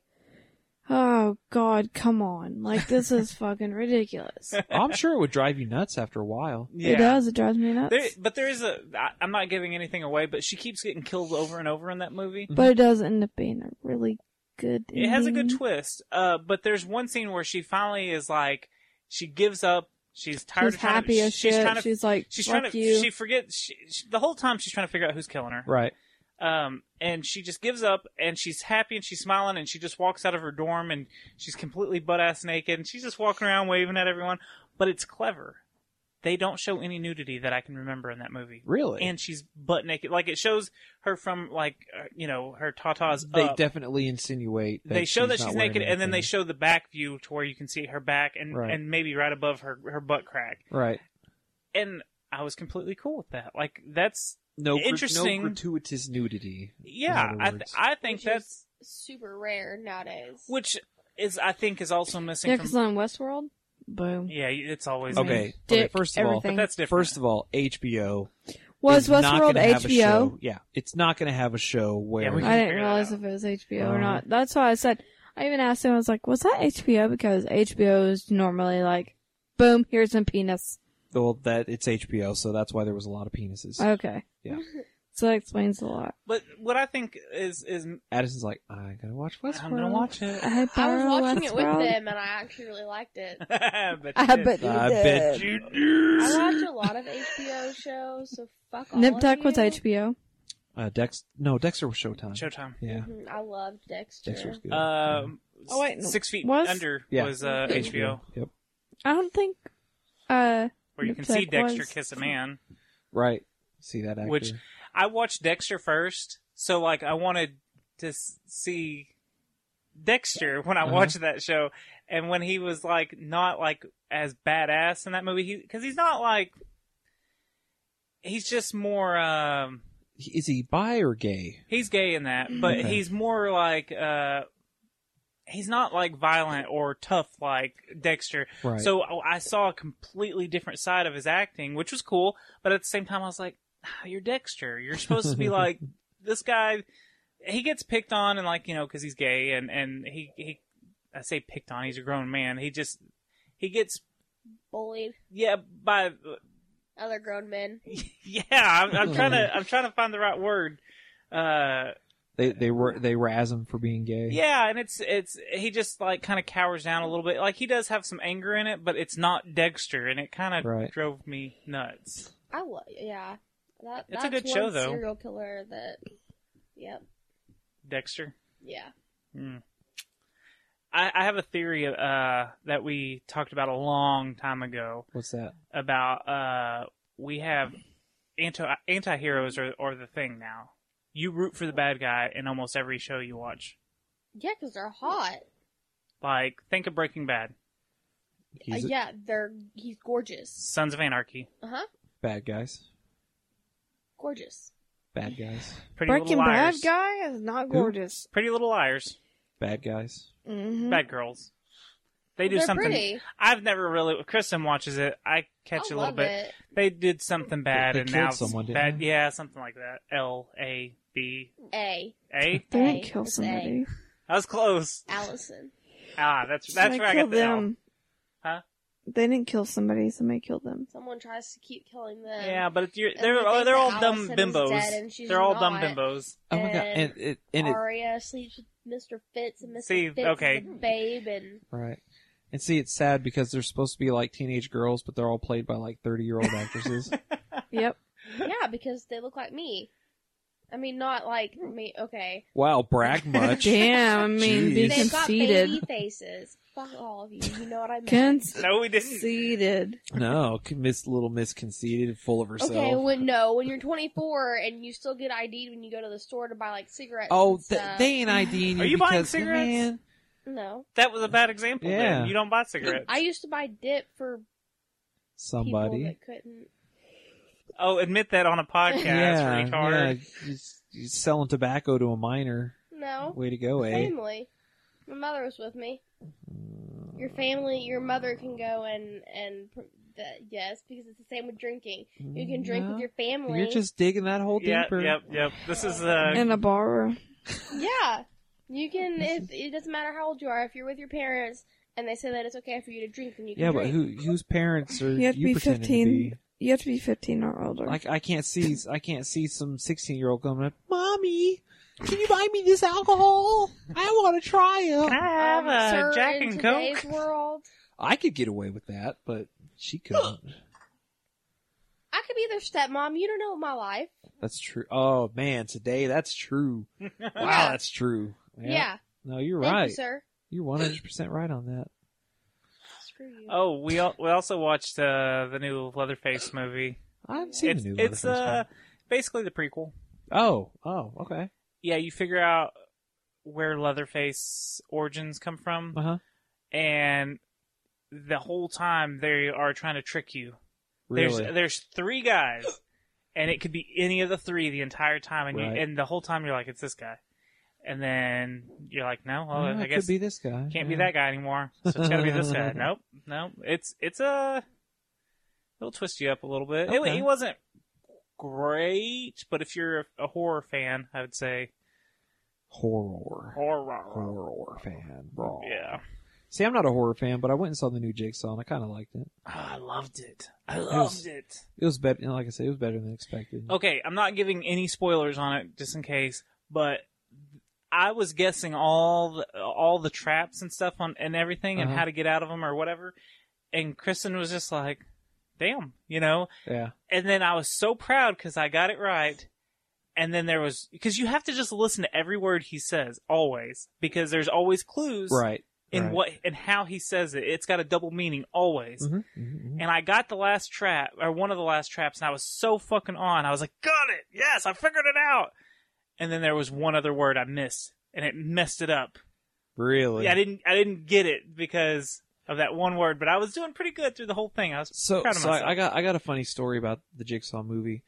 [SPEAKER 7] oh god, come on, like this is fucking ridiculous.
[SPEAKER 4] I'm sure it would drive you nuts after a while.
[SPEAKER 1] yeah.
[SPEAKER 7] It does. It drives me nuts.
[SPEAKER 1] There, but there is a. I, I'm not giving anything away, but she keeps getting killed over and over in that movie.
[SPEAKER 7] But it does end up being a really good.
[SPEAKER 1] it has a good
[SPEAKER 7] ending.
[SPEAKER 1] twist. Uh, but there's one scene where she finally is like, she gives up. She's tired.
[SPEAKER 7] She's
[SPEAKER 1] of trying
[SPEAKER 7] happy
[SPEAKER 1] to,
[SPEAKER 7] as
[SPEAKER 1] she's
[SPEAKER 7] shit.
[SPEAKER 1] Trying to,
[SPEAKER 7] She's like,
[SPEAKER 1] she's
[SPEAKER 7] "Fuck
[SPEAKER 1] trying to.
[SPEAKER 7] you."
[SPEAKER 1] She forgets. She, she, the whole time she's trying to figure out who's killing her.
[SPEAKER 4] Right.
[SPEAKER 1] Um, and she just gives up, and she's happy, and she's smiling, and she just walks out of her dorm, and she's completely butt ass naked, and she's just walking around waving at everyone. But it's clever. They don't show any nudity that I can remember in that movie.
[SPEAKER 4] Really?
[SPEAKER 1] And she's butt naked. Like it shows her from like uh, you know her tatas
[SPEAKER 4] They
[SPEAKER 1] up
[SPEAKER 4] definitely insinuate that
[SPEAKER 1] uh, they show that
[SPEAKER 4] not
[SPEAKER 1] she's
[SPEAKER 4] wearing
[SPEAKER 1] naked, and then they
[SPEAKER 4] anything.
[SPEAKER 1] show the back view to where you can see her back and
[SPEAKER 4] Right.
[SPEAKER 1] and maybe right above her her butt crack.
[SPEAKER 4] right.
[SPEAKER 1] And I was completely cool with that. Like that's
[SPEAKER 4] No, gr-
[SPEAKER 1] interesting.
[SPEAKER 4] no gratuitous nudity. in
[SPEAKER 1] yeah,
[SPEAKER 4] other
[SPEAKER 1] I th-
[SPEAKER 4] words.
[SPEAKER 1] I think
[SPEAKER 6] Which
[SPEAKER 1] that's
[SPEAKER 6] is super rare nowadays.
[SPEAKER 1] which is I think is also missing.
[SPEAKER 7] Yeah,
[SPEAKER 1] from,
[SPEAKER 7] because on Westworld, boom.
[SPEAKER 1] yeah, it's always
[SPEAKER 4] okay. okay.
[SPEAKER 7] Dick,
[SPEAKER 4] First of all,
[SPEAKER 7] everything.
[SPEAKER 1] But that's different.
[SPEAKER 4] First of all, HBO
[SPEAKER 7] Was
[SPEAKER 4] is not
[SPEAKER 7] Westworld
[SPEAKER 4] gonna have a
[SPEAKER 7] HBO?
[SPEAKER 4] show- Yeah, it's not going to have a show where
[SPEAKER 1] Yeah, we
[SPEAKER 7] I
[SPEAKER 1] can
[SPEAKER 7] didn't
[SPEAKER 1] figure that
[SPEAKER 7] realize
[SPEAKER 1] out.
[SPEAKER 7] if it was HBO
[SPEAKER 4] Uh-huh.
[SPEAKER 7] or not. That's why I said I even asked him, I was like, was that HBO? Because HBO is normally like, boom, here's some penis.
[SPEAKER 4] Well, that it's HBO, so that's why there was a lot of penises.
[SPEAKER 7] Okay.
[SPEAKER 4] Yeah.
[SPEAKER 7] So that explains a lot.
[SPEAKER 1] But what I think is is
[SPEAKER 4] Addison's like, I gotta watch Westworld.
[SPEAKER 1] I'm gonna watch it.
[SPEAKER 7] I,
[SPEAKER 6] I was
[SPEAKER 7] borrow
[SPEAKER 6] watching it with
[SPEAKER 7] Westworld.
[SPEAKER 6] them, and I actually really liked it.
[SPEAKER 1] I bet
[SPEAKER 7] I bet you
[SPEAKER 4] I
[SPEAKER 7] did.
[SPEAKER 4] bet you did.
[SPEAKER 6] I watch a lot of HBO shows, so fuck all
[SPEAKER 7] Nip
[SPEAKER 6] of
[SPEAKER 7] Tuck
[SPEAKER 6] you.
[SPEAKER 7] was HBO.
[SPEAKER 4] Uh, Dex, no, Dexter was Showtime.
[SPEAKER 1] Showtime.
[SPEAKER 4] Yeah.
[SPEAKER 6] Mhm, I loved Dexter.
[SPEAKER 4] Dexter's good.
[SPEAKER 1] Um,
[SPEAKER 7] Oh, wait, no.
[SPEAKER 1] six feet
[SPEAKER 7] Was?
[SPEAKER 1] under
[SPEAKER 4] Yeah.
[SPEAKER 1] was uh,
[SPEAKER 4] Yeah.
[SPEAKER 1] HBO,
[SPEAKER 4] Yep.
[SPEAKER 7] I don't think. Uh,
[SPEAKER 1] where you can
[SPEAKER 7] Nip
[SPEAKER 1] see
[SPEAKER 7] Tuck
[SPEAKER 1] Dexter
[SPEAKER 7] was-
[SPEAKER 1] kiss a man.
[SPEAKER 4] Right. See that actor.
[SPEAKER 1] Which I watched Dexter first, so like I wanted to s- see Dexter when I
[SPEAKER 4] Uh-huh.
[SPEAKER 1] watched that show, and when he was like not like as badass in that movie, he because he's not like he's just more um
[SPEAKER 4] is he bi or gay?
[SPEAKER 1] he's gay in that, but
[SPEAKER 4] Okay.
[SPEAKER 1] he's more like uh he's not like violent or tough like Dexter.
[SPEAKER 4] Right.
[SPEAKER 1] So oh, I I saw a completely different side of his acting, which was cool, but at the same time I was like, "Ah, "You're Dexter. You're supposed to be like this guy he gets picked on and like, you know, cuz he's gay and and he he I say picked on, he's a grown man. He just he gets
[SPEAKER 6] Bullied
[SPEAKER 1] yeah by
[SPEAKER 6] other grown men.
[SPEAKER 1] yeah, I'm, I'm trying to I'm trying to find the right word. Uh
[SPEAKER 4] They they were they razz him for being gay.
[SPEAKER 1] Yeah, and it's it's he just like kind of cowers down a little bit. Like he does have some anger in it, but it's not Dexter, and it kind of
[SPEAKER 4] Right.
[SPEAKER 1] drove me nuts.
[SPEAKER 6] I love, yeah. That,
[SPEAKER 1] It's
[SPEAKER 6] that's
[SPEAKER 1] a good
[SPEAKER 6] one
[SPEAKER 1] show, though.
[SPEAKER 6] Serial killer that, yep,
[SPEAKER 1] Dexter.
[SPEAKER 6] yeah.
[SPEAKER 1] Hmm. I, I have a theory uh, that we talked about a long time ago
[SPEAKER 4] What's that?
[SPEAKER 1] about uh, we have anti anti heroes are, are the thing now. You root for the bad guy in almost every show you watch.
[SPEAKER 6] Yeah, because they're hot.
[SPEAKER 1] Like think of Breaking Bad,
[SPEAKER 6] Uh,
[SPEAKER 4] He's
[SPEAKER 6] yeah, they're he's gorgeous.
[SPEAKER 1] Sons of Anarchy,
[SPEAKER 6] Uh huh.
[SPEAKER 4] bad guys.
[SPEAKER 6] Gorgeous.
[SPEAKER 4] Bad guys.
[SPEAKER 1] Pretty
[SPEAKER 7] Breaking
[SPEAKER 1] Little
[SPEAKER 7] Bad
[SPEAKER 1] Liars,
[SPEAKER 7] guy is not gorgeous.
[SPEAKER 1] Pretty Little Liars.
[SPEAKER 4] Bad guys.
[SPEAKER 7] Mm-hmm.
[SPEAKER 1] bad girls. They do
[SPEAKER 6] Hmm. They're
[SPEAKER 1] something.
[SPEAKER 6] pretty.
[SPEAKER 1] I've never really. Kristen watches it. I catch
[SPEAKER 6] I
[SPEAKER 1] a little
[SPEAKER 6] love
[SPEAKER 1] bit.
[SPEAKER 6] it.
[SPEAKER 1] They did something bad,
[SPEAKER 4] they
[SPEAKER 1] and
[SPEAKER 4] killed
[SPEAKER 1] now
[SPEAKER 4] someone, didn't
[SPEAKER 1] bad.
[SPEAKER 4] they?
[SPEAKER 1] Yeah, something like that. L A B
[SPEAKER 6] A.
[SPEAKER 1] A.
[SPEAKER 7] They
[SPEAKER 6] A.
[SPEAKER 7] didn't kill
[SPEAKER 6] It's
[SPEAKER 7] somebody.
[SPEAKER 1] Eh? That was close.
[SPEAKER 6] Allison.
[SPEAKER 1] Ah, that's that's
[SPEAKER 7] Somebody
[SPEAKER 1] where I got
[SPEAKER 7] killed
[SPEAKER 1] the
[SPEAKER 7] them.
[SPEAKER 1] L. Huh?
[SPEAKER 7] They didn't kill somebody. Somebody killed them.
[SPEAKER 6] Someone tries to keep killing them.
[SPEAKER 1] L. Yeah, but if you're,
[SPEAKER 6] And
[SPEAKER 1] they're
[SPEAKER 6] we
[SPEAKER 1] oh,
[SPEAKER 6] think
[SPEAKER 1] they're
[SPEAKER 6] that
[SPEAKER 1] all dumb
[SPEAKER 6] Allison is dead and
[SPEAKER 1] bimbos.
[SPEAKER 6] she's
[SPEAKER 1] They're all dumb
[SPEAKER 6] not.
[SPEAKER 1] bimbos.
[SPEAKER 4] Oh my god.
[SPEAKER 6] And
[SPEAKER 4] And it and it
[SPEAKER 6] Aria sleeps with Mr. Fitz and Mr.
[SPEAKER 1] See,
[SPEAKER 6] Fitz
[SPEAKER 1] okay.
[SPEAKER 6] is a babe and
[SPEAKER 4] right. And see, it's sad because they're supposed to be like teenage girls, but they're all played by like thirty-year-old actresses.
[SPEAKER 7] Yep.
[SPEAKER 6] yeah, because they look like me. I mean, not like me. Okay,
[SPEAKER 4] wow, brag much.
[SPEAKER 7] Damn, I mean, be
[SPEAKER 6] they've got baby
[SPEAKER 7] conceited.
[SPEAKER 6] faces. Fuck all of you. You know what I mean.
[SPEAKER 1] No, we didn't.
[SPEAKER 7] Conceited.
[SPEAKER 4] No, Miss Little Miss conceited, and full of herself.
[SPEAKER 6] Okay, when no, when you're 24 and you still get ID'd when you go to the store to buy like cigarettes.
[SPEAKER 4] oh,
[SPEAKER 6] and
[SPEAKER 4] th-
[SPEAKER 6] stuff.
[SPEAKER 4] they ain't IDing you
[SPEAKER 1] Are you buying
[SPEAKER 4] because
[SPEAKER 1] cigarettes?
[SPEAKER 4] man,
[SPEAKER 6] no.
[SPEAKER 1] That was a bad example.
[SPEAKER 4] Yeah.
[SPEAKER 1] Then. You don't buy cigarettes.
[SPEAKER 6] I used to buy dip for
[SPEAKER 4] somebody.
[SPEAKER 6] people that couldn't.
[SPEAKER 1] oh, admit that on a podcast,
[SPEAKER 4] yeah, yeah,
[SPEAKER 1] retard.
[SPEAKER 4] you you're selling tobacco to a minor.
[SPEAKER 6] No,
[SPEAKER 4] Way to go, eh?
[SPEAKER 6] family. My mother was with me. Your family, your mother can go and and pr- that, yes, because it's the same with drinking. You can drink
[SPEAKER 4] No.
[SPEAKER 6] with your family.
[SPEAKER 4] You're just digging that hole
[SPEAKER 1] Yeah,
[SPEAKER 4] deeper.
[SPEAKER 1] yep, yep. This is uh,
[SPEAKER 7] In a bar.
[SPEAKER 6] Yeah, you can. If, it doesn't matter how old you are. If you're with your parents and they say that it's okay for you to drink, then you can
[SPEAKER 4] Yeah, but
[SPEAKER 6] drink.
[SPEAKER 4] who whose parents are
[SPEAKER 7] You
[SPEAKER 4] you,
[SPEAKER 7] have to be
[SPEAKER 4] pretending to be?
[SPEAKER 7] fifteen. You have to be fifteen or older.
[SPEAKER 4] Like I can't see I can't see some sixteen year old coming up, mommy. Can you buy me this alcohol? I want to try it.
[SPEAKER 1] Can I have
[SPEAKER 6] Um,
[SPEAKER 1] a
[SPEAKER 6] sir,
[SPEAKER 1] Jack
[SPEAKER 6] in
[SPEAKER 1] and
[SPEAKER 6] today's
[SPEAKER 1] Coke?
[SPEAKER 6] world,
[SPEAKER 4] I could get away with that, but she couldn't.
[SPEAKER 6] I could be their stepmom. You don't know my life.
[SPEAKER 4] that's true. Oh man, today that's true. Wow,
[SPEAKER 6] Yeah.
[SPEAKER 4] that's true. Yeah.
[SPEAKER 6] Yeah.
[SPEAKER 4] No, you're
[SPEAKER 6] Thank
[SPEAKER 4] right.
[SPEAKER 6] you, sir.
[SPEAKER 4] You're one hundred percent right on that.
[SPEAKER 6] Screw you.
[SPEAKER 1] Oh, we al- we also watched uh, the new Leatherface movie.
[SPEAKER 4] I haven't seen
[SPEAKER 1] it's
[SPEAKER 4] the new
[SPEAKER 1] it's
[SPEAKER 4] Leatherface
[SPEAKER 1] uh,
[SPEAKER 4] one.
[SPEAKER 1] basically the prequel.
[SPEAKER 4] Oh, oh, okay.
[SPEAKER 1] Yeah, you figure out where Leatherface origins come from,
[SPEAKER 4] Uh huh.
[SPEAKER 1] and the whole time they are trying to trick you.
[SPEAKER 4] Really?
[SPEAKER 1] There's there's three guys, and it could be any of the three the entire time, and
[SPEAKER 4] Right.
[SPEAKER 1] you, and the whole time you're like, it's this guy, and then you're like, no, well,
[SPEAKER 4] Oh,
[SPEAKER 1] I
[SPEAKER 4] it
[SPEAKER 1] guess
[SPEAKER 4] could be this guy.
[SPEAKER 1] Can't be
[SPEAKER 4] Yeah.
[SPEAKER 1] that guy anymore. So it's gotta be this guy. Nope, nope. It's it's a it'll twist you up a little bit. It-
[SPEAKER 4] Okay.
[SPEAKER 1] It, wasn't great, but if you're a, a horror fan, I would say
[SPEAKER 4] horror.
[SPEAKER 1] Horror.
[SPEAKER 4] Horror fan. Raw.
[SPEAKER 1] Yeah.
[SPEAKER 4] See, I'm not a horror fan, but I went and saw the new Jigsaw, and I kind of liked it.
[SPEAKER 1] Ah, I loved it. I
[SPEAKER 4] It was-
[SPEAKER 1] loved it.
[SPEAKER 4] It was better. Like I said, it was better than expected.
[SPEAKER 1] Okay, I'm not giving any spoilers on it just in case, but I was guessing all the, all the traps and stuff on and everything and
[SPEAKER 4] Uh-huh.
[SPEAKER 1] how to get out of them or whatever. And Kristen was just like, "Damn," you know.
[SPEAKER 4] Yeah.
[SPEAKER 1] And then I was so proud because I got it right. And then there was because you have to just listen to every word he says always because there's always clues
[SPEAKER 4] Right,
[SPEAKER 1] in
[SPEAKER 4] right.
[SPEAKER 1] what and how he says it. It's got a double meaning always.
[SPEAKER 4] Mhm,
[SPEAKER 1] And I got the last trap or one of the last traps, and I was so fucking on. I was like, "Got it! Yes, I figured it out." And then there was one other word I missed, and it messed it up.
[SPEAKER 4] Really?
[SPEAKER 1] Yeah, I didn't. I didn't get it because of that one word, but I was doing pretty good through the whole thing. I was
[SPEAKER 4] so,
[SPEAKER 1] proud of
[SPEAKER 4] so
[SPEAKER 1] myself.
[SPEAKER 4] I, I got I got a funny story about the Jigsaw movie.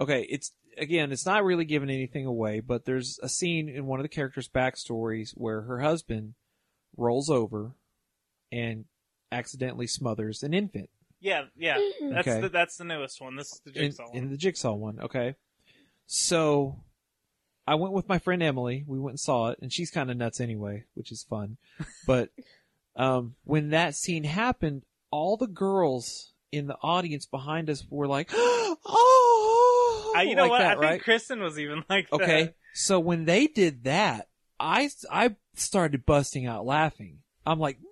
[SPEAKER 4] Okay, it's again, it's not really giving anything away, but there's a scene in one of the characters' backstories where her husband rolls over and accidentally smothers an infant
[SPEAKER 1] yeah, yeah. That's
[SPEAKER 4] Okay.
[SPEAKER 1] the, that's the newest one. This is the
[SPEAKER 4] in,
[SPEAKER 1] jigsaw one.
[SPEAKER 4] in the Jigsaw one. Okay, so I went with my friend Emily. We went and saw it, and she's kind of nuts anyway, which is fun. But um, when that scene happened, all the girls in the audience behind us were like. oh,
[SPEAKER 1] Uh, you know
[SPEAKER 4] like
[SPEAKER 1] what?
[SPEAKER 4] that,
[SPEAKER 1] I think
[SPEAKER 4] right?
[SPEAKER 1] Kristen was even like, that.
[SPEAKER 4] Okay. So when they did that, I, I started busting out laughing. I'm like, "Mm,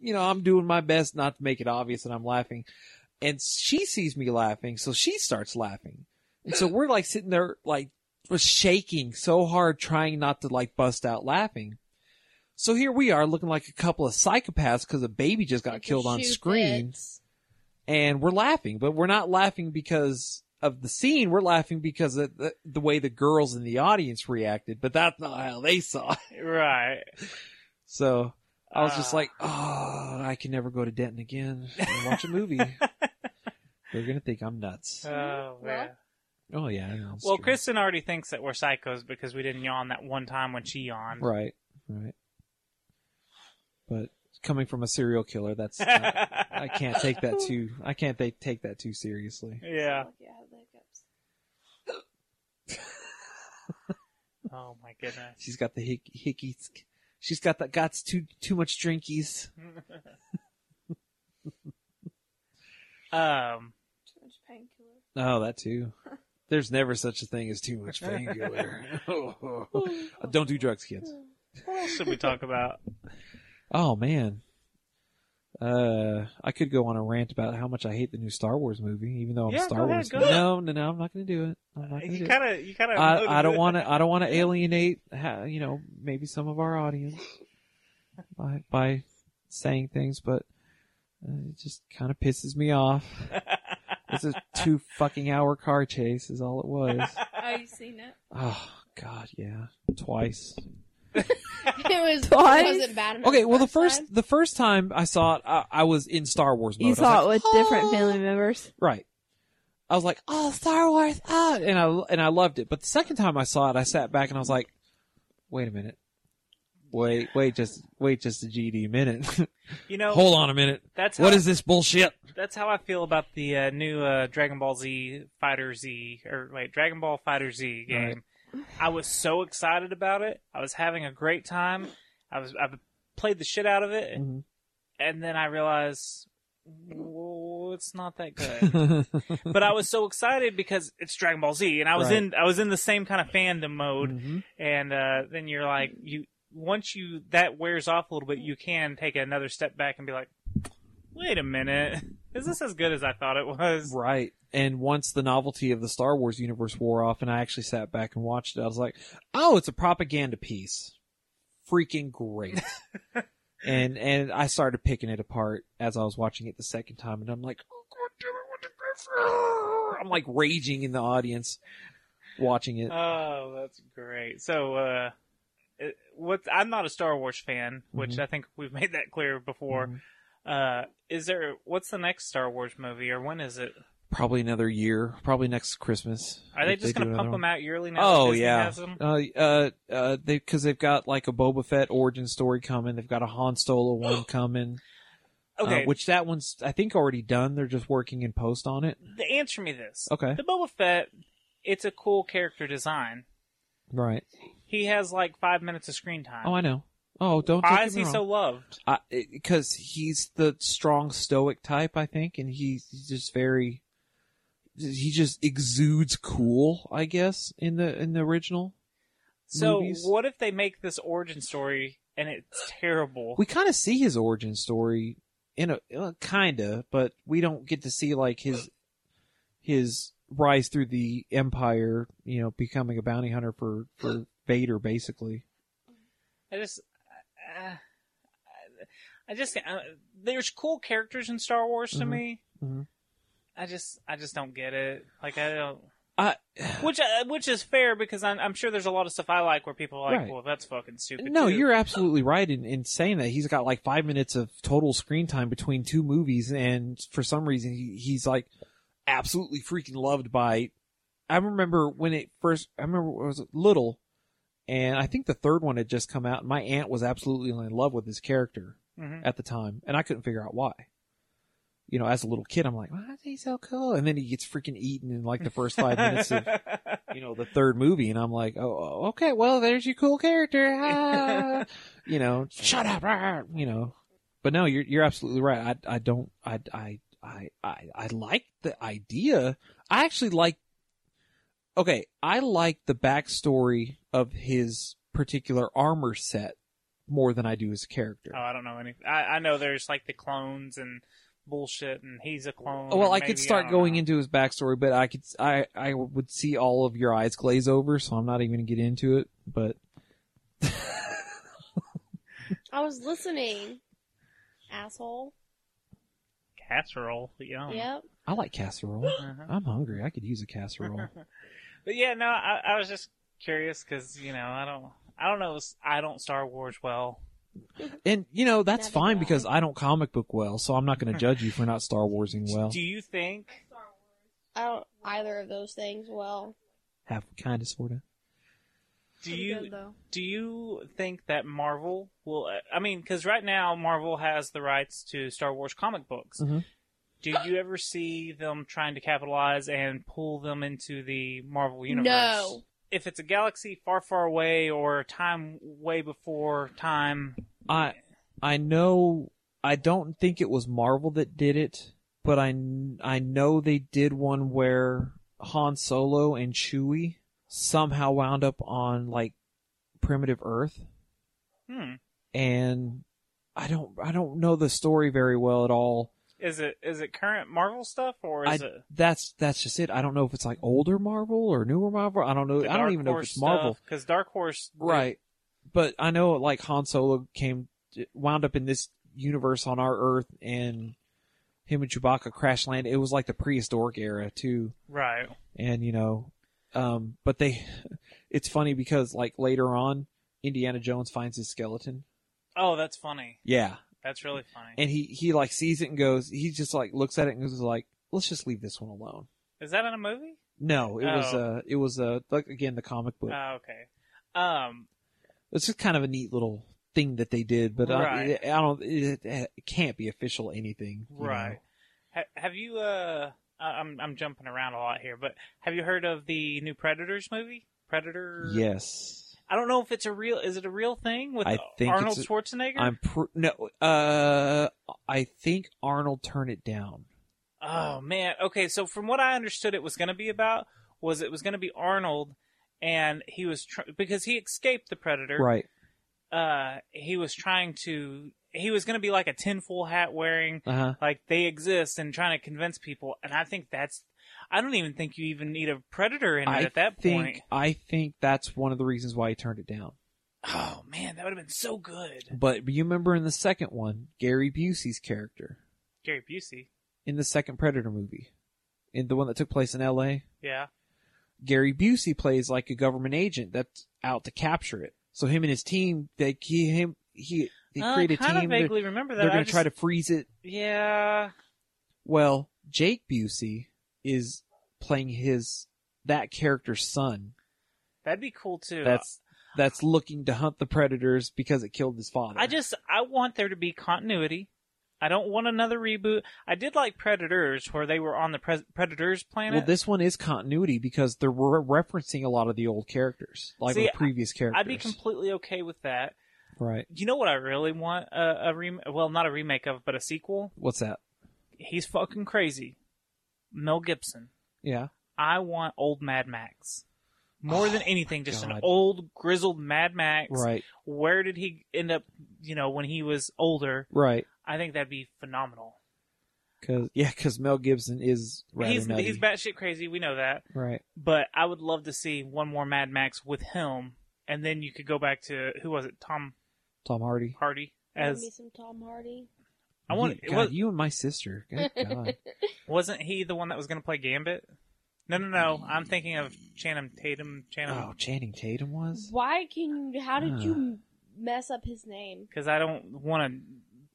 [SPEAKER 4] you know, I'm doing my best not to make it obvious that I'm laughing. And she sees me laughing, so she starts laughing. And so we're like sitting there, like, was shaking so hard trying not to like bust out laughing. So here we are looking like a couple of psychopaths because a baby just got killed on
[SPEAKER 14] shoe
[SPEAKER 4] screen. And we're laughing, but we're not laughing because of the scene. We're laughing because of the, the way the girls in the audience reacted, but that's not how they saw it.
[SPEAKER 1] Right.
[SPEAKER 4] So I was just
[SPEAKER 1] Ah.
[SPEAKER 4] like, oh, I can never go to Denton again and watch a movie. They're going to think I'm nuts.
[SPEAKER 1] Oh man.
[SPEAKER 4] oh, yeah. I know.
[SPEAKER 1] Well, Kristen already thinks that we're psychos because we didn't yawn that one time when she yawned.
[SPEAKER 4] Right, right. But coming from a serial killer, that's I, I can't take that too. I can't they take that too seriously.
[SPEAKER 1] Yeah. oh my goodness.
[SPEAKER 4] She's got the hick, hickeys. She's got the gots too too much drinkies.
[SPEAKER 1] Um.
[SPEAKER 3] Too much painkiller.
[SPEAKER 4] Oh, that too. There's never such a thing as too much painkiller.
[SPEAKER 6] Oh,
[SPEAKER 4] uh, Don't do drugs, kids.
[SPEAKER 1] What else should we talk about?
[SPEAKER 4] Oh man. Uh, I could go on a rant about how much I hate the new Star Wars movie, even though I'm a
[SPEAKER 1] Yeah,
[SPEAKER 4] Star
[SPEAKER 1] go ahead,
[SPEAKER 4] Wars.
[SPEAKER 1] go ahead.
[SPEAKER 4] No, no, no, I'm not going to do it. I'm not gonna
[SPEAKER 1] You
[SPEAKER 4] do
[SPEAKER 1] kind
[SPEAKER 4] it.
[SPEAKER 1] of, you kind of.
[SPEAKER 4] I, I don't want to. I don't want to alienate, ha- you know, maybe some of our audience by by saying things, but uh, it just kind of pisses me off. it's a two fucking hour car chase, is all it was.
[SPEAKER 7] Oh, you seen it?
[SPEAKER 4] Oh God, yeah, twice.
[SPEAKER 6] it was
[SPEAKER 7] Twice?
[SPEAKER 6] Was it bad enough?
[SPEAKER 4] Okay, well the first the first time I saw it, I, I was in Star
[SPEAKER 1] Oh,
[SPEAKER 4] Wars mode.
[SPEAKER 7] You
[SPEAKER 4] I was
[SPEAKER 7] saw
[SPEAKER 4] like,
[SPEAKER 7] it with
[SPEAKER 6] Oh.
[SPEAKER 7] different family members.
[SPEAKER 4] Right. I was like, oh, Star Wars, oh, and I and I loved it. But the second time I saw it, I sat back and I was like, wait a minute, wait, wait, just wait, just a GD minute.
[SPEAKER 1] You know,
[SPEAKER 4] hold on a minute.
[SPEAKER 1] that's
[SPEAKER 4] what
[SPEAKER 1] how-
[SPEAKER 4] is this bullshit?
[SPEAKER 1] That's how I feel about the uh, new uh, Dragon Ball Z Fighter Z, or wait, Dragon Ball Fighter Z game. I was so excited about it. I was having a great time. I was, I played the shit out of it, and then I realized, "Whoa, it's not that good. but I was so excited because it's Dragon Ball Z, and I was
[SPEAKER 4] Right.
[SPEAKER 1] in, I was in the same kind of fandom mode.
[SPEAKER 4] Mm-hmm.
[SPEAKER 1] And uh, then you're like, you once you that wears off a little bit, you can take another step back and be like, wait a minute, is this as good as I thought it was?
[SPEAKER 4] Right. And once the novelty of the Star Wars universe wore off, and I actually sat back and watched it, I was like, oh, it's a propaganda piece. Freaking great. and and I started picking it apart as I was watching it the second time, and I'm like, "Oh, I'm like raging in the audience watching it.
[SPEAKER 1] Oh, that's great. So, uh, it- what I'm not a Star Wars fan, which
[SPEAKER 4] Mhm.
[SPEAKER 1] I think we've made that clear before.
[SPEAKER 4] Mm-hmm.
[SPEAKER 1] Uh, is there what's the next Star Wars movie, or when is it?
[SPEAKER 4] Probably another year, probably next Christmas.
[SPEAKER 1] Are they
[SPEAKER 4] if
[SPEAKER 1] just
[SPEAKER 4] do
[SPEAKER 1] going to
[SPEAKER 4] another
[SPEAKER 1] pump
[SPEAKER 4] one.
[SPEAKER 1] them out yearly now? that
[SPEAKER 4] Oh
[SPEAKER 1] Disney
[SPEAKER 4] yeah,
[SPEAKER 1] has them?
[SPEAKER 4] uh, uh, uh, they because they've got like a Boba Fett origin story coming. They've got a Han Solo one coming. uh,
[SPEAKER 1] Okay.
[SPEAKER 4] which that one's I think already done. They're just working in post on it.
[SPEAKER 1] The answer me this.
[SPEAKER 4] Okay.
[SPEAKER 1] The Boba Fett, it's a cool character design.
[SPEAKER 4] Right.
[SPEAKER 1] He has like five minutes of screen time.
[SPEAKER 4] Oh, I know. Oh, don't. Take
[SPEAKER 1] Why
[SPEAKER 4] me
[SPEAKER 1] is he
[SPEAKER 4] wrong.
[SPEAKER 1] so loved?
[SPEAKER 4] Because he's the strong stoic type, I think, and he's he's just very. He just exudes cool, I guess, in the in the original.
[SPEAKER 1] So
[SPEAKER 4] movies.
[SPEAKER 1] what if they make this origin story and it's terrible?
[SPEAKER 4] we kind of see his origin story in a uh, kinda, but we don't get to see like his his rise through the empire. You know, becoming a bounty hunter for for Vader, basically.
[SPEAKER 1] I just, uh, I just, uh, there's cool characters in Star Wars to
[SPEAKER 4] Mhm.
[SPEAKER 1] me.
[SPEAKER 4] Mhm.
[SPEAKER 1] I just, I just don't get it. Like I don't.
[SPEAKER 4] I,
[SPEAKER 1] which uh, which is fair because I'm, I'm sure there's a lot of stuff I like where people are like,
[SPEAKER 4] Right.
[SPEAKER 1] well, that's fucking stupid.
[SPEAKER 4] No,
[SPEAKER 1] too."
[SPEAKER 4] you're absolutely right in, in saying that. He's got like five minutes of total screen time between two movies, and for some reason, he, he's like absolutely freaking loved by. I remember when it first, I remember when I was little, and I think the third one had just come out, and my aunt was absolutely in love with his character
[SPEAKER 1] Mhm.
[SPEAKER 4] at the time, and I couldn't figure out why. You know, as a little kid, I'm like, why is he so cool? And then he gets freaking eaten in like the first five minutes of, you know, the third movie, and I'm like, oh, oh, okay, well, there's your cool character.
[SPEAKER 1] Oh,
[SPEAKER 4] Ah. you know, shut up, rah, you know. But no, you're you're absolutely right. I I don't I I I I, I like the idea. I actually like. Okay, I like the backstory of his particular armor set more than I do his character.
[SPEAKER 1] Oh, I don't know any. I, I know there's like the clones and bullshit, and he's a clone.
[SPEAKER 4] Oh, well,
[SPEAKER 1] or
[SPEAKER 4] I could
[SPEAKER 1] maybe-
[SPEAKER 4] start
[SPEAKER 1] don't
[SPEAKER 4] going into his backstory, but I could I I would see all of your eyes glaze over, so I'm not even going to get into it. But
[SPEAKER 6] I was listening, asshole.
[SPEAKER 1] know. casserole. Yum.
[SPEAKER 6] Yep.
[SPEAKER 4] I like casserole.
[SPEAKER 1] Uh-huh.
[SPEAKER 4] I'm hungry. I could use a casserole.
[SPEAKER 1] But yeah, no, I, I was just curious because you know I don't I don't know I don't Star Wars well.
[SPEAKER 4] And you know that's fine because I don't comic book well, so I'm not going to judge you for not Star Warsing well.
[SPEAKER 1] Do you think?
[SPEAKER 6] I don't either of those things well.
[SPEAKER 4] Half kind of sorta.
[SPEAKER 1] Do you do you think that Marvel will? I mean, because right now Marvel has the rights to Star Wars comic books.
[SPEAKER 4] Mhm.
[SPEAKER 1] Do you ever see them trying to capitalize and pull them into the Marvel universe?
[SPEAKER 6] No.
[SPEAKER 1] If it's a galaxy far, far away or time way before time,
[SPEAKER 4] I I know I don't think it was Marvel that did it, but I I know they did one where Han Solo and Chewie somehow wound up on like primitive Earth.
[SPEAKER 1] hmm,
[SPEAKER 4] and I don't I don't know the story very well at all.
[SPEAKER 1] is it is it current Marvel stuff or
[SPEAKER 4] I,
[SPEAKER 1] is it
[SPEAKER 4] that's that's just it. I don't know if it's like older Marvel or newer Marvel. I don't know. I don't even know if it's Marvel.
[SPEAKER 1] because Dark Horse
[SPEAKER 4] Right. But I know like Han Solo came wound up in this universe on our Earth and him and Chewbacca crash land. It was like the prehistoric era too.
[SPEAKER 1] right.
[SPEAKER 4] And you know um but they it's funny because like later on Indiana Jones finds his skeleton.
[SPEAKER 1] Oh, that's funny.
[SPEAKER 4] Yeah.
[SPEAKER 1] That's really funny.
[SPEAKER 4] And he he like sees it and goes he just like looks at it and goes like let's just leave this one alone.
[SPEAKER 1] Is that in a movie?
[SPEAKER 4] No, it was
[SPEAKER 1] Oh.
[SPEAKER 4] uh it was uh like again the comic book.
[SPEAKER 1] Oh, okay. Um,
[SPEAKER 4] it's just kind of a neat little thing that they did, but
[SPEAKER 1] Right.
[SPEAKER 4] I, I don't. It, it can't be official anything, you know.
[SPEAKER 1] Right. ha- have you? Uh, I- I'm I'm jumping around a lot here, but have you heard of the new Predators movie? Predator.
[SPEAKER 4] Yes,
[SPEAKER 1] I don't know if it's a real. Is it a real thing with
[SPEAKER 4] I think
[SPEAKER 1] Arnold
[SPEAKER 4] it's a-
[SPEAKER 1] Schwarzenegger?
[SPEAKER 4] I'm pr- no. Uh, I think Arnold turned it down.
[SPEAKER 1] Oh man. Okay, so from what I understood, it was going to be about was it was going to be Arnold, and he was tr- because he escaped the Predator,
[SPEAKER 4] Right.
[SPEAKER 1] Uh, he was trying to. He was going to be like a tinfoil hat wearing,
[SPEAKER 4] Uh-huh.
[SPEAKER 1] like they exist, and trying to convince people. And I think that's. I don't even think you even need a predator in it
[SPEAKER 4] I
[SPEAKER 1] at that
[SPEAKER 4] think
[SPEAKER 1] point.
[SPEAKER 4] I think that's one of the reasons why he turned it down.
[SPEAKER 1] Oh man, that would have been so good.
[SPEAKER 4] But you remember in the second one, Gary Busey's character
[SPEAKER 1] Gary Busey.
[SPEAKER 4] in the second Predator movie, in the one that took place in L.A.
[SPEAKER 1] Yeah.
[SPEAKER 4] Gary Busey plays like a government agent that's out to capture it. So him and his team, they he him he they
[SPEAKER 1] Uh, I
[SPEAKER 4] create a team.
[SPEAKER 1] kinda
[SPEAKER 4] They're-
[SPEAKER 1] vaguely remember that.
[SPEAKER 4] They're
[SPEAKER 1] I
[SPEAKER 4] going to
[SPEAKER 1] just-
[SPEAKER 4] try to freeze it.
[SPEAKER 1] Yeah.
[SPEAKER 4] Well, Jake Busey is playing his that character's son.
[SPEAKER 1] That'd be cool too.
[SPEAKER 4] That's that's looking to hunt the predators because it killed his father.
[SPEAKER 1] I just I want there to be continuity. I don't want another reboot. I did like Predators, where they were on the pres Predators planet.
[SPEAKER 4] Well, this one is continuity because they're re- referencing a lot of the old characters, like
[SPEAKER 1] See,
[SPEAKER 4] the previous characters.
[SPEAKER 1] I'd be completely okay with that.
[SPEAKER 4] right.
[SPEAKER 1] You know what I really want a, a rem- well, not a remake of, but a sequel.
[SPEAKER 4] What's that?
[SPEAKER 1] He's fucking crazy, Mel Gibson.
[SPEAKER 4] Yeah.
[SPEAKER 1] I want old Mad Max. More than anything, just an
[SPEAKER 4] Oh God.
[SPEAKER 1] old grizzled Mad Max.
[SPEAKER 4] Right.
[SPEAKER 1] Where did he end up? You know, when he was older.
[SPEAKER 4] Right.
[SPEAKER 1] I think that'd be phenomenal.
[SPEAKER 4] Cause, yeah, because Mel Gibson is rather
[SPEAKER 1] he's
[SPEAKER 4] nutty.
[SPEAKER 1] he's batshit crazy. We know that.
[SPEAKER 4] Right.
[SPEAKER 1] But I would love to see one more Mad Max with him, and then you could go back to who was it? Tom
[SPEAKER 4] Tom Hardy.
[SPEAKER 1] Hardy
[SPEAKER 6] Give me
[SPEAKER 1] as
[SPEAKER 6] some Tom Hardy.
[SPEAKER 1] I want.
[SPEAKER 4] You,
[SPEAKER 1] it
[SPEAKER 4] God,
[SPEAKER 1] was,
[SPEAKER 4] you and my sister. Good God.
[SPEAKER 1] Wasn't he the one that was going to play Gambit? No, no, no. I'm thinking of Channing Tatum. Channing.
[SPEAKER 4] Oh, Channing Tatum was.
[SPEAKER 6] Why can you? How did you
[SPEAKER 1] Ah.
[SPEAKER 6] m-
[SPEAKER 4] Uh.
[SPEAKER 6] mess up his name?
[SPEAKER 1] Because I don't want to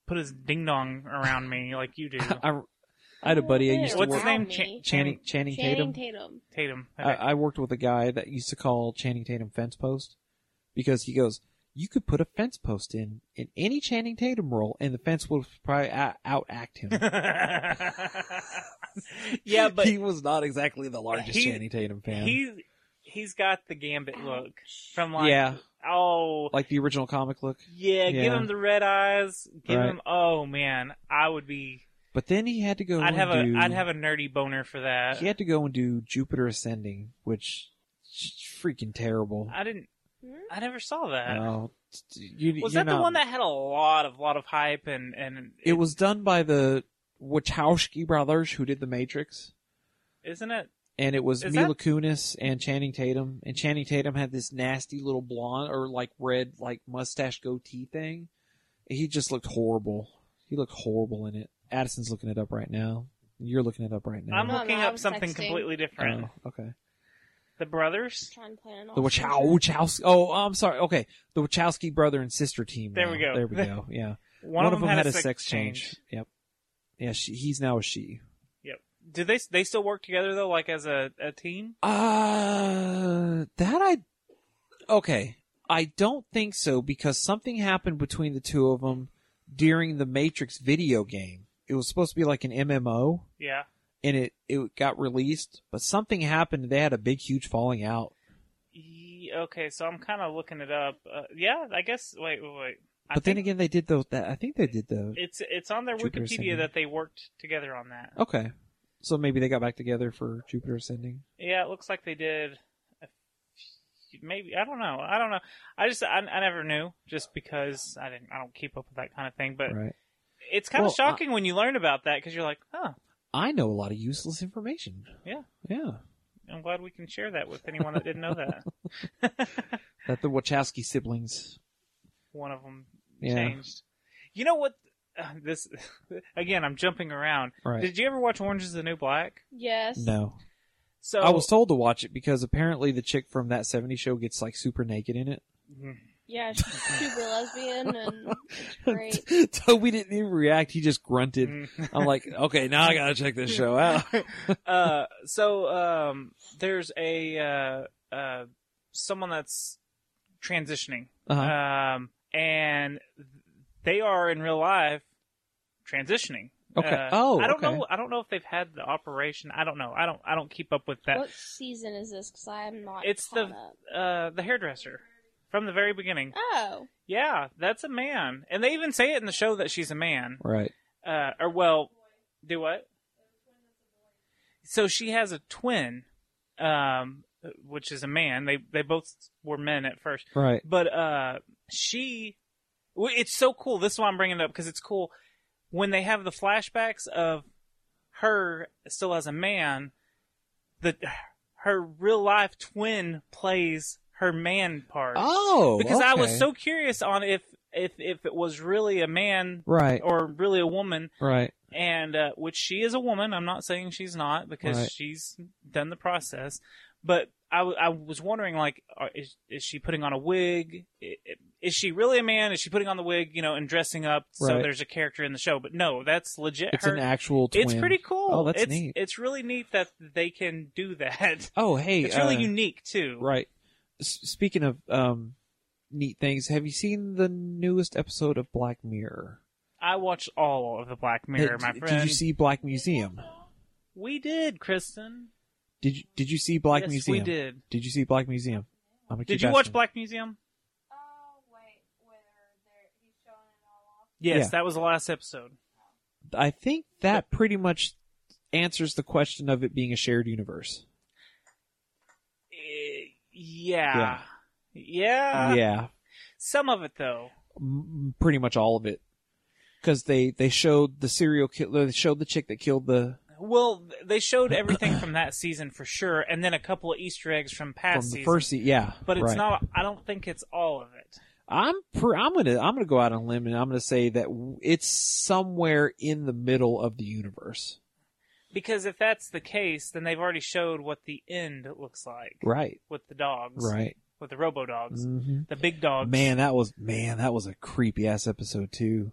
[SPEAKER 1] put his ding dong around me like you do.
[SPEAKER 4] I, I had a buddy I used to
[SPEAKER 1] What's
[SPEAKER 4] work
[SPEAKER 1] his name? Cha-
[SPEAKER 4] Channing, Channing Tatum.
[SPEAKER 6] Tatum.
[SPEAKER 1] Tatum.
[SPEAKER 4] I, I worked with a guy that used to call Channing Tatum fence post because he goes, you could put a fence post in in any Channing Tatum role, and the fence would probably out act him.
[SPEAKER 1] yeah, but
[SPEAKER 4] he was not exactly the largest
[SPEAKER 1] He-
[SPEAKER 4] Channing Tatum fan.
[SPEAKER 1] He's he's got the Gambit look from like
[SPEAKER 4] Yeah.
[SPEAKER 1] oh
[SPEAKER 4] like the original comic look.
[SPEAKER 1] yeah, give him the red eyes, give
[SPEAKER 4] Right.
[SPEAKER 1] him oh man, I would be
[SPEAKER 4] But then he had to go.
[SPEAKER 1] I'd
[SPEAKER 4] and
[SPEAKER 1] have a
[SPEAKER 4] do,
[SPEAKER 1] would have a nerdy boner for that.
[SPEAKER 4] He had to go and do Jupiter Ascending, which is freaking terrible.
[SPEAKER 1] I didn't I never saw that.
[SPEAKER 4] Oh, t- you,
[SPEAKER 1] was
[SPEAKER 4] you're
[SPEAKER 1] that the
[SPEAKER 4] not-
[SPEAKER 1] one that had a lot of lot of hype and and
[SPEAKER 4] It was done by the Wachowski brothers who did The Matrix.
[SPEAKER 1] isn't it?
[SPEAKER 4] and it was
[SPEAKER 1] Is
[SPEAKER 4] Mila Kunis and Channing Tatum, and Channing Tatum had this nasty little blonde or like red like mustache goatee thing. He just looked horrible. He looked horrible in it. Addison's looking it up right now. You're looking it up right now.
[SPEAKER 1] I'm looking
[SPEAKER 6] no, I
[SPEAKER 1] up
[SPEAKER 6] was
[SPEAKER 1] something
[SPEAKER 6] texting.
[SPEAKER 1] completely different.
[SPEAKER 4] Oh, okay.
[SPEAKER 1] The brothers.
[SPEAKER 6] Trying to plan
[SPEAKER 4] The Wachow- Wachowski. Oh, I'm sorry. Okay, the Wachowski brother and sister team.
[SPEAKER 1] There
[SPEAKER 4] now.
[SPEAKER 1] we go.
[SPEAKER 4] There we go. Yeah.
[SPEAKER 1] One of them had a sex
[SPEAKER 4] Yep. Yeah. She, he's now a she.
[SPEAKER 1] Yep. Do they they still work together though, like as a, a team?
[SPEAKER 4] Uh, that I. Okay. I don't think so because something happened between the two of them during the Matrix video game. It was supposed to be like an MMO
[SPEAKER 1] Yeah.
[SPEAKER 4] and it, it got released, but something happened. They had a big, huge falling out.
[SPEAKER 1] Ye- Okay, so I'm kind of looking it up. Uh, yeah, I guess. Wait, wait, wait. I
[SPEAKER 4] But then again, they did those. That I think they did the.
[SPEAKER 1] It's it's on their
[SPEAKER 4] Jupiter
[SPEAKER 1] Wikipedia
[SPEAKER 4] Ascending.
[SPEAKER 1] that they worked together on that.
[SPEAKER 4] Okay, so maybe they got back together for Jupiter Ascending.
[SPEAKER 1] Yeah, it looks like they did. a few- Maybe I don't know. I don't know. I just I, I never knew just because I didn't. I don't keep up with that kind of thing. But
[SPEAKER 4] Right.
[SPEAKER 1] it's kind of
[SPEAKER 4] Well, I-
[SPEAKER 1] shocking when you learn about that because you're like, huh,
[SPEAKER 4] I know a lot of useless information.
[SPEAKER 1] yeah.
[SPEAKER 4] Yeah,
[SPEAKER 1] I'm glad we can share that with anyone that didn't know that.
[SPEAKER 4] that the Wachowski siblings
[SPEAKER 1] one of them
[SPEAKER 4] Yeah.
[SPEAKER 1] changed. You know what? Uh, this again. I'm jumping around.
[SPEAKER 4] Right.
[SPEAKER 1] Did you ever watch Orange Is the New Black?
[SPEAKER 6] Yes.
[SPEAKER 4] No.
[SPEAKER 1] So
[SPEAKER 4] I was told to watch it because apparently the chick from that 70s show gets like super naked in it.
[SPEAKER 6] Yeah, she's super lesbian and it's great.
[SPEAKER 4] Toby didn't even react. He just grunted.
[SPEAKER 1] Mm. mm-hmm.
[SPEAKER 4] I'm like, okay, now I gotta check this show out. Uh-huh.
[SPEAKER 1] uh, so um, there's a uh, uh, someone that's transitioning,
[SPEAKER 4] Uh-huh.
[SPEAKER 1] um, and they are in real life transitioning.
[SPEAKER 4] Okay.
[SPEAKER 1] Uh,
[SPEAKER 4] Oh,
[SPEAKER 1] I don't
[SPEAKER 4] okay.
[SPEAKER 1] know. I don't know if they've had the operation. I don't know. I don't. I don't keep up with that.
[SPEAKER 6] What season is this? Because I'm not.
[SPEAKER 1] It's the
[SPEAKER 6] caught up.
[SPEAKER 1] uh, the hairdresser from the very beginning.
[SPEAKER 6] Oh,
[SPEAKER 1] Yeah, that's a man, and they even say it in the show that she's a man.
[SPEAKER 4] Right.
[SPEAKER 1] Uh, or well, do what? So she has a twin, um, which is a man. They they both were men at first,
[SPEAKER 4] Right.
[SPEAKER 1] But uh, she, w- it's so cool. This is why I'm bringing it up because it's cool when they have the flashbacks of her still as a man. The her real life twin plays her man part.
[SPEAKER 4] Oh,
[SPEAKER 1] because I was
[SPEAKER 4] okay.
[SPEAKER 1] so curious on if if if it was really a man,
[SPEAKER 4] Right.
[SPEAKER 1] or really a woman,
[SPEAKER 4] Right.
[SPEAKER 1] and uh, which she is a woman. I'm not saying she's not because
[SPEAKER 4] Right.
[SPEAKER 1] she's done the process, but I, w- I was wondering like, are- is is she putting on a wig? I- i- Is she really a man? Is she putting on the wig, you know, and dressing up so
[SPEAKER 4] Right.
[SPEAKER 1] there's a character in the show? But no, that's legit.
[SPEAKER 4] It's
[SPEAKER 1] her.
[SPEAKER 4] an actual
[SPEAKER 1] It's
[SPEAKER 4] twin.
[SPEAKER 1] pretty cool.
[SPEAKER 4] Oh, that's
[SPEAKER 1] it's,
[SPEAKER 4] neat.
[SPEAKER 1] It's really neat that they can do that.
[SPEAKER 4] Oh, hey,
[SPEAKER 1] it's really
[SPEAKER 4] uh,
[SPEAKER 1] unique too.
[SPEAKER 4] Right. S- speaking of um, neat things, have you seen the newest episode of Black Mirror?
[SPEAKER 1] I watched all of the Black Mirror,
[SPEAKER 4] Hey,
[SPEAKER 1] my
[SPEAKER 4] d-
[SPEAKER 1] friend.
[SPEAKER 4] Did you see Black Museum?
[SPEAKER 1] We did, Kristen.
[SPEAKER 4] Did you Did you see Black
[SPEAKER 1] Yes, we
[SPEAKER 4] Museum?
[SPEAKER 1] did.
[SPEAKER 4] Did you see Black Museum? I'm gonna
[SPEAKER 1] Did
[SPEAKER 4] keep
[SPEAKER 1] you watch
[SPEAKER 4] asking.
[SPEAKER 1] Black Museum? Yes,
[SPEAKER 4] Yeah.
[SPEAKER 1] that was the last episode.
[SPEAKER 4] I think that pretty much answers the question of it being a shared universe.
[SPEAKER 1] Eh, Yeah. Yeah.
[SPEAKER 4] yeah,
[SPEAKER 1] Some of it though.
[SPEAKER 4] M- pretty much all of it, because they they showed the serial killer, they showed the chick that killed the
[SPEAKER 1] Well, th- they showed everything from that season for sure, and then a couple of Easter eggs from past
[SPEAKER 4] from the
[SPEAKER 1] seasons.
[SPEAKER 4] first se- Yeah,
[SPEAKER 1] but it's
[SPEAKER 4] right.
[SPEAKER 1] not. I don't think it's all of it.
[SPEAKER 4] I'm pr- I'm gonna I'm gonna go out on a limb and I'm gonna say that w- it's somewhere in the middle of the universe.
[SPEAKER 1] Because if that's the case, then they've already showed what the end looks like.
[SPEAKER 4] Right.
[SPEAKER 1] With the dogs.
[SPEAKER 4] Right.
[SPEAKER 1] With the robo dogs.
[SPEAKER 4] Mhm.
[SPEAKER 1] The big dogs.
[SPEAKER 4] Man, that was man, that was a creepy ass episode too.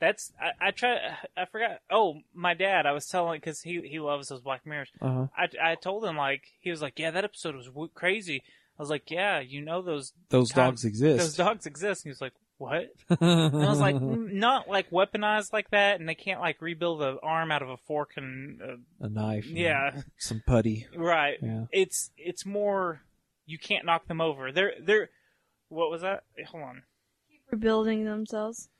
[SPEAKER 1] That's I, I try I forgot. Oh, my dad. I was telling because he he loves those Black Mirrors.
[SPEAKER 4] Uh-huh.
[SPEAKER 1] I I told him like he was like yeah that episode was w- crazy. I was like yeah you know those
[SPEAKER 4] Those
[SPEAKER 1] kind-
[SPEAKER 4] dogs exist.
[SPEAKER 1] Those dogs exist. And he was like what? and I was like "Mm, not like weaponized like that, and they can't like rebuild the arm out of a fork and uh,
[SPEAKER 4] A knife. and
[SPEAKER 1] Yeah.
[SPEAKER 4] Some putty.
[SPEAKER 1] Right.
[SPEAKER 4] Yeah.
[SPEAKER 1] It's it's more you can't knock them over. They're they're what was that? Hold on.
[SPEAKER 7] Rebuilding themselves.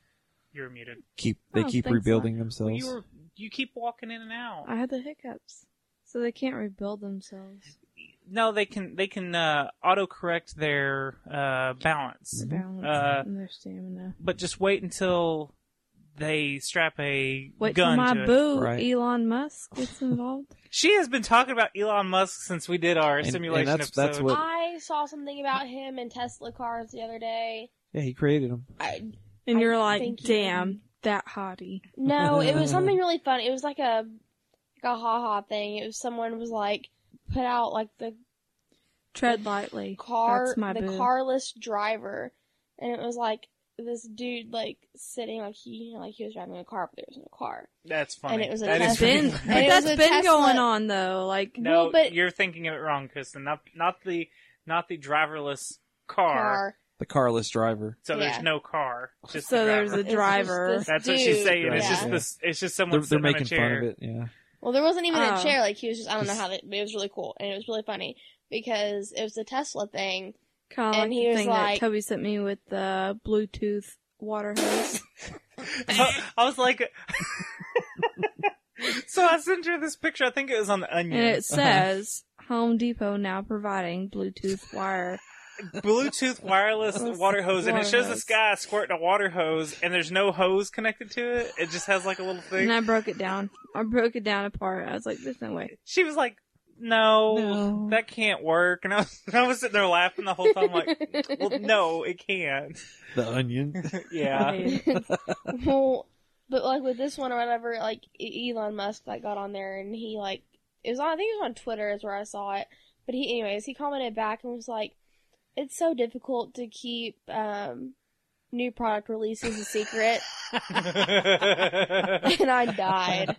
[SPEAKER 1] You're muted.
[SPEAKER 4] Keep they
[SPEAKER 7] don't
[SPEAKER 4] keep
[SPEAKER 7] think so.
[SPEAKER 4] rebuilding
[SPEAKER 1] Well,
[SPEAKER 4] themselves.
[SPEAKER 1] you were you keep walking in and out.
[SPEAKER 7] I had the hiccups, so they can't rebuild themselves.
[SPEAKER 1] No, they can they can uh, autocorrect their uh, balance.
[SPEAKER 7] The balance
[SPEAKER 1] Uh,
[SPEAKER 7] and their stamina.
[SPEAKER 1] but just wait until they strap a
[SPEAKER 7] Wait till
[SPEAKER 1] gun
[SPEAKER 7] my
[SPEAKER 1] to it.
[SPEAKER 7] boo Elon Musk gets involved.
[SPEAKER 1] She has been talking about Elon Musk since we did our
[SPEAKER 4] And- and
[SPEAKER 1] simulation
[SPEAKER 4] that's-
[SPEAKER 1] episode.
[SPEAKER 4] that's what-
[SPEAKER 6] I saw something about him and Tesla cars the other day.
[SPEAKER 4] yeah, he created them.
[SPEAKER 7] and
[SPEAKER 6] I
[SPEAKER 7] you're like,
[SPEAKER 6] think he-
[SPEAKER 7] damn, that hottie.
[SPEAKER 6] No, it was something really funny. It was like a like a ha ha thing. It was someone was like put out like the
[SPEAKER 7] tread lightly
[SPEAKER 6] car
[SPEAKER 7] That's my
[SPEAKER 6] the
[SPEAKER 7] boo.
[SPEAKER 6] carless driver, and it was like this dude like sitting like he you know, like he was driving a car, but there wasn't a car.
[SPEAKER 1] That's funny.
[SPEAKER 6] And it was a
[SPEAKER 1] That is
[SPEAKER 7] That's
[SPEAKER 6] Tesla.
[SPEAKER 7] been,
[SPEAKER 6] And
[SPEAKER 7] but
[SPEAKER 6] it
[SPEAKER 7] that's
[SPEAKER 6] was a
[SPEAKER 7] been
[SPEAKER 6] Tesla-
[SPEAKER 7] going on though. Like
[SPEAKER 1] No,
[SPEAKER 6] Well, but-
[SPEAKER 1] you're thinking of it wrong, Kristen. Not not the not the driverless car.
[SPEAKER 6] Car.
[SPEAKER 4] The carless driver.
[SPEAKER 1] So
[SPEAKER 6] Yeah.
[SPEAKER 1] there's no car. Just
[SPEAKER 7] So
[SPEAKER 1] the
[SPEAKER 7] there's a
[SPEAKER 1] driver.
[SPEAKER 7] driver. It's just this
[SPEAKER 1] That's what she's
[SPEAKER 7] dude.
[SPEAKER 1] saying. It's
[SPEAKER 7] Yeah.
[SPEAKER 1] just
[SPEAKER 7] Yeah.
[SPEAKER 1] this. It's just someone
[SPEAKER 4] They're, they're
[SPEAKER 1] sitting on a
[SPEAKER 4] making fun
[SPEAKER 1] chair.
[SPEAKER 4] of it, yeah.
[SPEAKER 6] Well, there wasn't even
[SPEAKER 7] Oh.
[SPEAKER 6] a chair. Like he was just I don't know
[SPEAKER 4] Just-
[SPEAKER 6] how that, but it was really cool and it was really funny because it was a Tesla thing.
[SPEAKER 7] kind of like
[SPEAKER 6] And he
[SPEAKER 7] the
[SPEAKER 6] was
[SPEAKER 7] thing
[SPEAKER 6] like-
[SPEAKER 7] that Toby sent me with the Bluetooth water hose.
[SPEAKER 1] I was like, so I sent her this picture. I think it was on the Onion.
[SPEAKER 7] and it says Home Depot now providing Bluetooth wire.
[SPEAKER 1] Bluetooth wireless water hose, and it
[SPEAKER 7] Water
[SPEAKER 1] shows
[SPEAKER 7] hose.
[SPEAKER 1] this guy squirting a water hose, and there's no hose connected to it. It just has like a little thing.
[SPEAKER 7] And I broke it down. I broke it down apart. I was like, "There's no way."
[SPEAKER 1] She was like, no, that can't work. And I was, I was sitting there laughing the whole time, like, well, no, it can't.
[SPEAKER 4] The onion.
[SPEAKER 1] Yeah.
[SPEAKER 6] well, but like with this one or whatever, like E- Elon Musk like got on there and he like it was on. I think it was on Twitter is where I saw it. But he, anyways, he commented back and was like, "It's so difficult to keep um, new product releases a secret," and I died.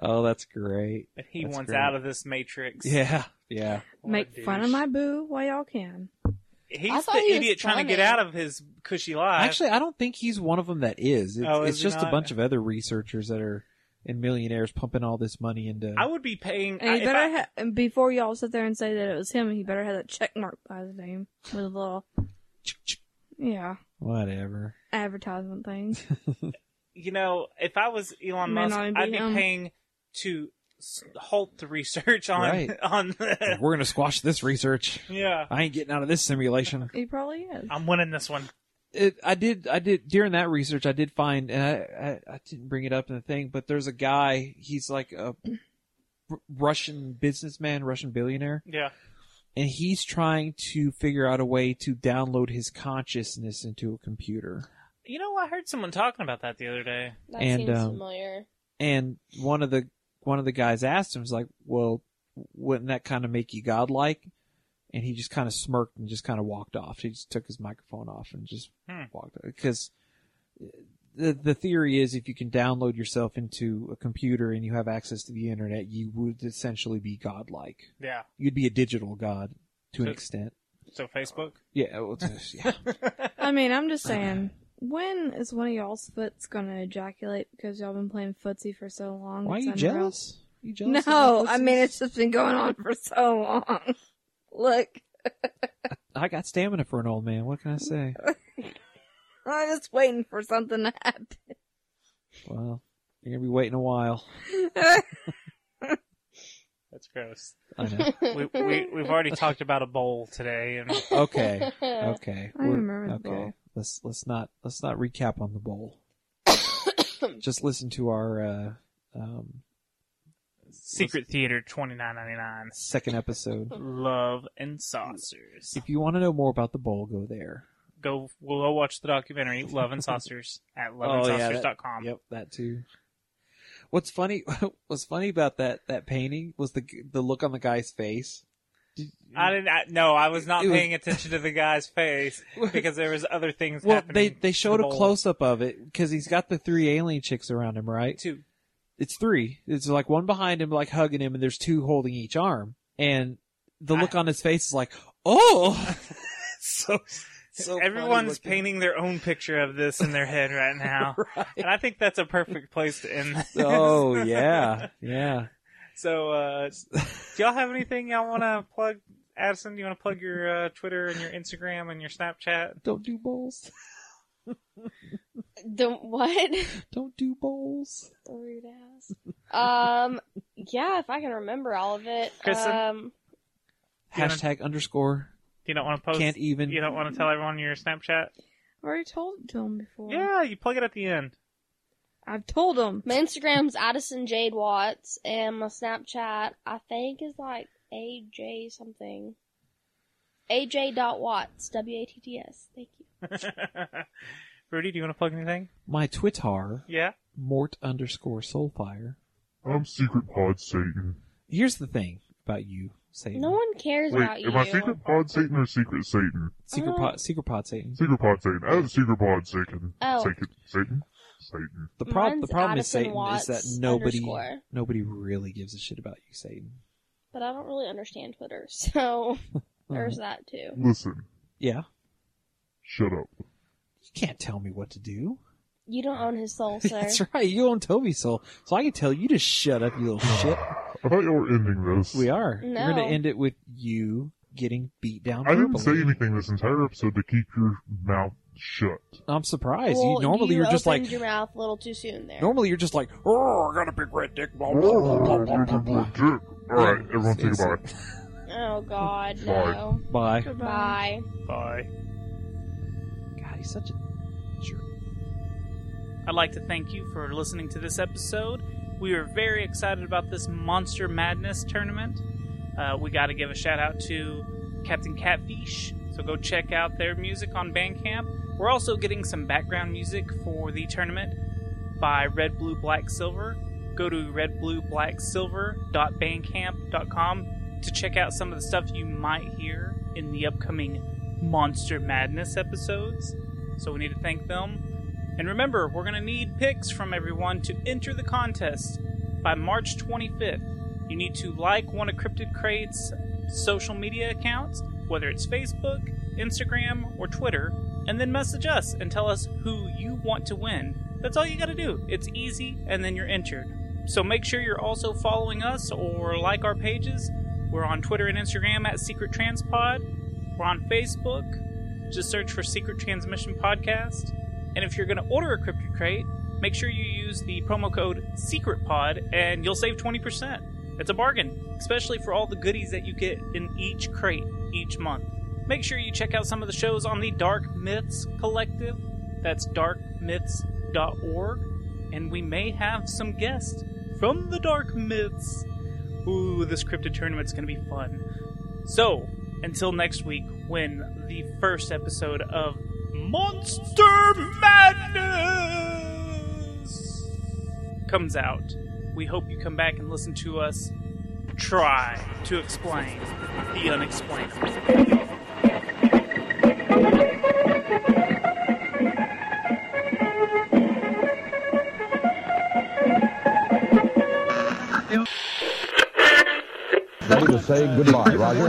[SPEAKER 4] Oh, that's great.
[SPEAKER 1] He
[SPEAKER 4] That's
[SPEAKER 1] wants
[SPEAKER 4] great.
[SPEAKER 1] out of this matrix.
[SPEAKER 4] Yeah, yeah.
[SPEAKER 7] Make fun of my boo while y'all can.
[SPEAKER 1] He's the idiot trying to get out of his cushy life.
[SPEAKER 4] Actually, I don't think he's one of them that is. It's,
[SPEAKER 1] Oh,
[SPEAKER 4] it's
[SPEAKER 1] is he
[SPEAKER 4] just a
[SPEAKER 1] not?
[SPEAKER 4] bunch of other researchers that are and millionaires pumping all this money into.
[SPEAKER 1] I would be paying.
[SPEAKER 7] And
[SPEAKER 1] I-
[SPEAKER 7] he
[SPEAKER 1] if
[SPEAKER 7] better
[SPEAKER 1] I-
[SPEAKER 7] ha- and before y'all sit there and say that it was him, he better have that check mark by his name with a little, yeah,
[SPEAKER 4] Whatever.
[SPEAKER 7] advertisement thing.
[SPEAKER 1] you know, if I was Elon
[SPEAKER 7] May
[SPEAKER 1] Musk,
[SPEAKER 7] not even
[SPEAKER 1] I'd be
[SPEAKER 7] be him.
[SPEAKER 1] paying to s- halt the research on
[SPEAKER 4] Right.
[SPEAKER 1] on. The,
[SPEAKER 4] We're gonna squash this research.
[SPEAKER 1] Yeah.
[SPEAKER 4] I ain't getting out of this simulation.
[SPEAKER 7] he probably is.
[SPEAKER 1] I'm winning this one.
[SPEAKER 4] It, I did. I did during that research. I did find, and I, I, I didn't bring it up in the thing, but there's a guy. He's like a R- Russian businessman, Russian billionaire.
[SPEAKER 1] Yeah.
[SPEAKER 4] and he's trying to figure out a way to download his consciousness into a computer.
[SPEAKER 1] You know, I heard someone talking about that the other day.
[SPEAKER 6] That
[SPEAKER 4] And,
[SPEAKER 6] seems
[SPEAKER 4] um,
[SPEAKER 6] familiar.
[SPEAKER 4] And one of the one of the guys asked him, "Is like, well, wouldn't that kind of make you godlike?" And he just kind of smirked and just kind of walked off. He just took his microphone off and just
[SPEAKER 1] Hmm.
[SPEAKER 4] walked because the the theory is if you can download yourself into a computer and you have access to the internet, you would essentially be godlike.
[SPEAKER 1] Yeah.
[SPEAKER 4] You'd be a digital god to an
[SPEAKER 1] So-
[SPEAKER 4] extent.
[SPEAKER 1] So Facebook.
[SPEAKER 4] Yeah, well, it's- yeah.
[SPEAKER 7] I mean, I'm just saying When is one of y'all's foots gonna ejaculate because y'all been playing footsie for so long?
[SPEAKER 4] Why are
[SPEAKER 7] it's
[SPEAKER 4] you
[SPEAKER 7] unreal.
[SPEAKER 4] jealous? You jealous
[SPEAKER 7] no,
[SPEAKER 4] of my
[SPEAKER 7] I mean it's just been going on for so long. Look,
[SPEAKER 4] I got stamina for an old man. What can I say?
[SPEAKER 7] I'm just waiting for something to
[SPEAKER 4] well, you're gonna be waiting a while.
[SPEAKER 7] happen.
[SPEAKER 1] That's gross.
[SPEAKER 4] I know.
[SPEAKER 1] we, we, we've already talked about a bowl today. And
[SPEAKER 4] Okay. Okay.
[SPEAKER 1] I
[SPEAKER 4] We're-
[SPEAKER 1] remember the
[SPEAKER 4] okay.
[SPEAKER 1] bowl.
[SPEAKER 4] Let's let's not let's not recap on the bowl. Just listen to our uh, um,
[SPEAKER 1] Secret Theater twenty nine ninety nine.
[SPEAKER 4] second episode.
[SPEAKER 1] Love and saucers.
[SPEAKER 4] If you want to know more about the bowl, go there.
[SPEAKER 1] Go we'll go watch the documentary Love and Saucers
[SPEAKER 7] Oh,
[SPEAKER 1] at loveandsaucers.com.
[SPEAKER 4] yep, that too. What's funny? What's funny about that that painting was the the look on the guy's face.
[SPEAKER 1] I didn't. I, no, I was not
[SPEAKER 4] It was-
[SPEAKER 1] paying attention to the guy's face because there was other things.
[SPEAKER 4] Well,
[SPEAKER 1] happening
[SPEAKER 4] they
[SPEAKER 1] to the
[SPEAKER 4] they showed a
[SPEAKER 1] bowl.
[SPEAKER 4] close up of it because he's got the three alien chicks around him, right?
[SPEAKER 1] Two.
[SPEAKER 4] It's three. It's like one behind him, like hugging him, and there's two holding each arm. And the look on his face is like, oh. so so funny
[SPEAKER 1] Everyone's
[SPEAKER 4] looking.
[SPEAKER 1] painting their own picture of this in their head right now, and I think that's a perfect place to end. This.
[SPEAKER 4] oh yeah, yeah.
[SPEAKER 1] So, uh, do y'all have anything y'all want to plug? Addison, do you want to plug your uh, Twitter and your Instagram and your Snapchat?
[SPEAKER 4] Don't do bowls.
[SPEAKER 6] Don't what?
[SPEAKER 4] Don't do bowls.
[SPEAKER 6] Rude ass. Um, yeah, if I can remember all of it.
[SPEAKER 1] Kristen?
[SPEAKER 6] Um,
[SPEAKER 4] Hashtag underscore.
[SPEAKER 1] You don't want to post.
[SPEAKER 4] Can't even.
[SPEAKER 1] You don't want to tell everyone your Snapchat.
[SPEAKER 7] I already told it to him before.
[SPEAKER 1] Yeah, you plug it at the end.
[SPEAKER 7] I've told him.
[SPEAKER 6] my Instagram's Addison Jade Watts, and my Snapchat I think is like AJ something. AJ dot Watts W A T T S. Thank you.
[SPEAKER 1] Rudy, do you want to plug anything?
[SPEAKER 4] My Twitter.
[SPEAKER 1] Yeah.
[SPEAKER 4] Mort underscore soulfire.
[SPEAKER 5] I'm Secret Pod Satan.
[SPEAKER 4] Here's the thing about you, Satan.
[SPEAKER 6] No one cares
[SPEAKER 5] Wait,
[SPEAKER 6] about you.
[SPEAKER 5] am I Secret Pod Satan or Secret Satan?
[SPEAKER 4] Secret pot, secret pot, Satan.
[SPEAKER 5] Secret Pod Satan. I have Secret Pod Satan.
[SPEAKER 6] Oh.
[SPEAKER 5] Satan. Satan. Satan.
[SPEAKER 4] The problem, the
[SPEAKER 6] Mine's
[SPEAKER 4] problem is
[SPEAKER 6] Addison
[SPEAKER 4] Satan is
[SPEAKER 6] Watts
[SPEAKER 4] that nobody,
[SPEAKER 6] underscore.
[SPEAKER 4] nobody really gives a shit about you, Satan.
[SPEAKER 6] But I don't really understand Twitter, so there's that too.
[SPEAKER 5] Listen.
[SPEAKER 4] Yeah.
[SPEAKER 5] Shut up.
[SPEAKER 4] You can't tell me what to do.
[SPEAKER 6] You don't own his soul, sir.
[SPEAKER 4] That's right. You own Toby Soul, so I can tell you to shut up, you little shit.
[SPEAKER 5] I thought you were ending this.
[SPEAKER 4] We are. We're
[SPEAKER 6] No.
[SPEAKER 4] gonna end it with you getting beat down.
[SPEAKER 5] I didn't
[SPEAKER 4] verbally.
[SPEAKER 5] say anything this entire episode to keep your mouth shut.
[SPEAKER 4] I'm surprised.
[SPEAKER 6] Well,
[SPEAKER 4] you normally
[SPEAKER 6] you
[SPEAKER 4] are just
[SPEAKER 6] opened
[SPEAKER 4] like
[SPEAKER 6] your mouth a little too soon there.
[SPEAKER 4] normally you're just like oh, I got a big red dick. Blah, blah, blah, blah, blah, blah, blah."
[SPEAKER 5] Alright, everyone say goodbye.
[SPEAKER 6] Oh God, no.
[SPEAKER 4] Bye.
[SPEAKER 6] Bye.
[SPEAKER 1] Bye.
[SPEAKER 4] God, he's such a jerk.
[SPEAKER 1] I'd like to thank you for listening to this episode. We are very excited about this Monster Madness tournament. Uh, we got to give a shout out to Captain Catfish, so go check out their music on Bandcamp. We're also getting some background music for the tournament by Red Blue Black Silver. Go to redblueblacksilver.bandcamp.com to check out some of the stuff you might hear in the upcoming Monster Madness episodes. So we need to thank them. And remember, we're going to need picks from everyone to enter the contest by March 25th. You need to like one of Cryptid Crate's social media accounts, whether it's Facebook, Instagram, or Twitter, and then message us and tell us who you want to win. That's all you got to do. It's easy, and then you're entered. So make sure you're also following us or like our pages. We're on Twitter and Instagram at Secret Transpod. We're on Facebook. Just search for Secret Transmission Podcast. And if you're going to order a Cryptid Crate, make sure you use the promo code SECRETPOD and you'll save 20%. It's a bargain, especially for all the goodies that you get in each crate each month. Make sure you check out some of the shows on the Dark Myths Collective. That's darkmyths.org. And we may have some guests from the Dark Myths. Ooh, this cryptid tournament's going to be fun. So, until next week, when the first episode of Monster Madness comes out, we hope you come back and listen to us try to explain the unexplainable.
[SPEAKER 16] Ready to say goodbye, Roger.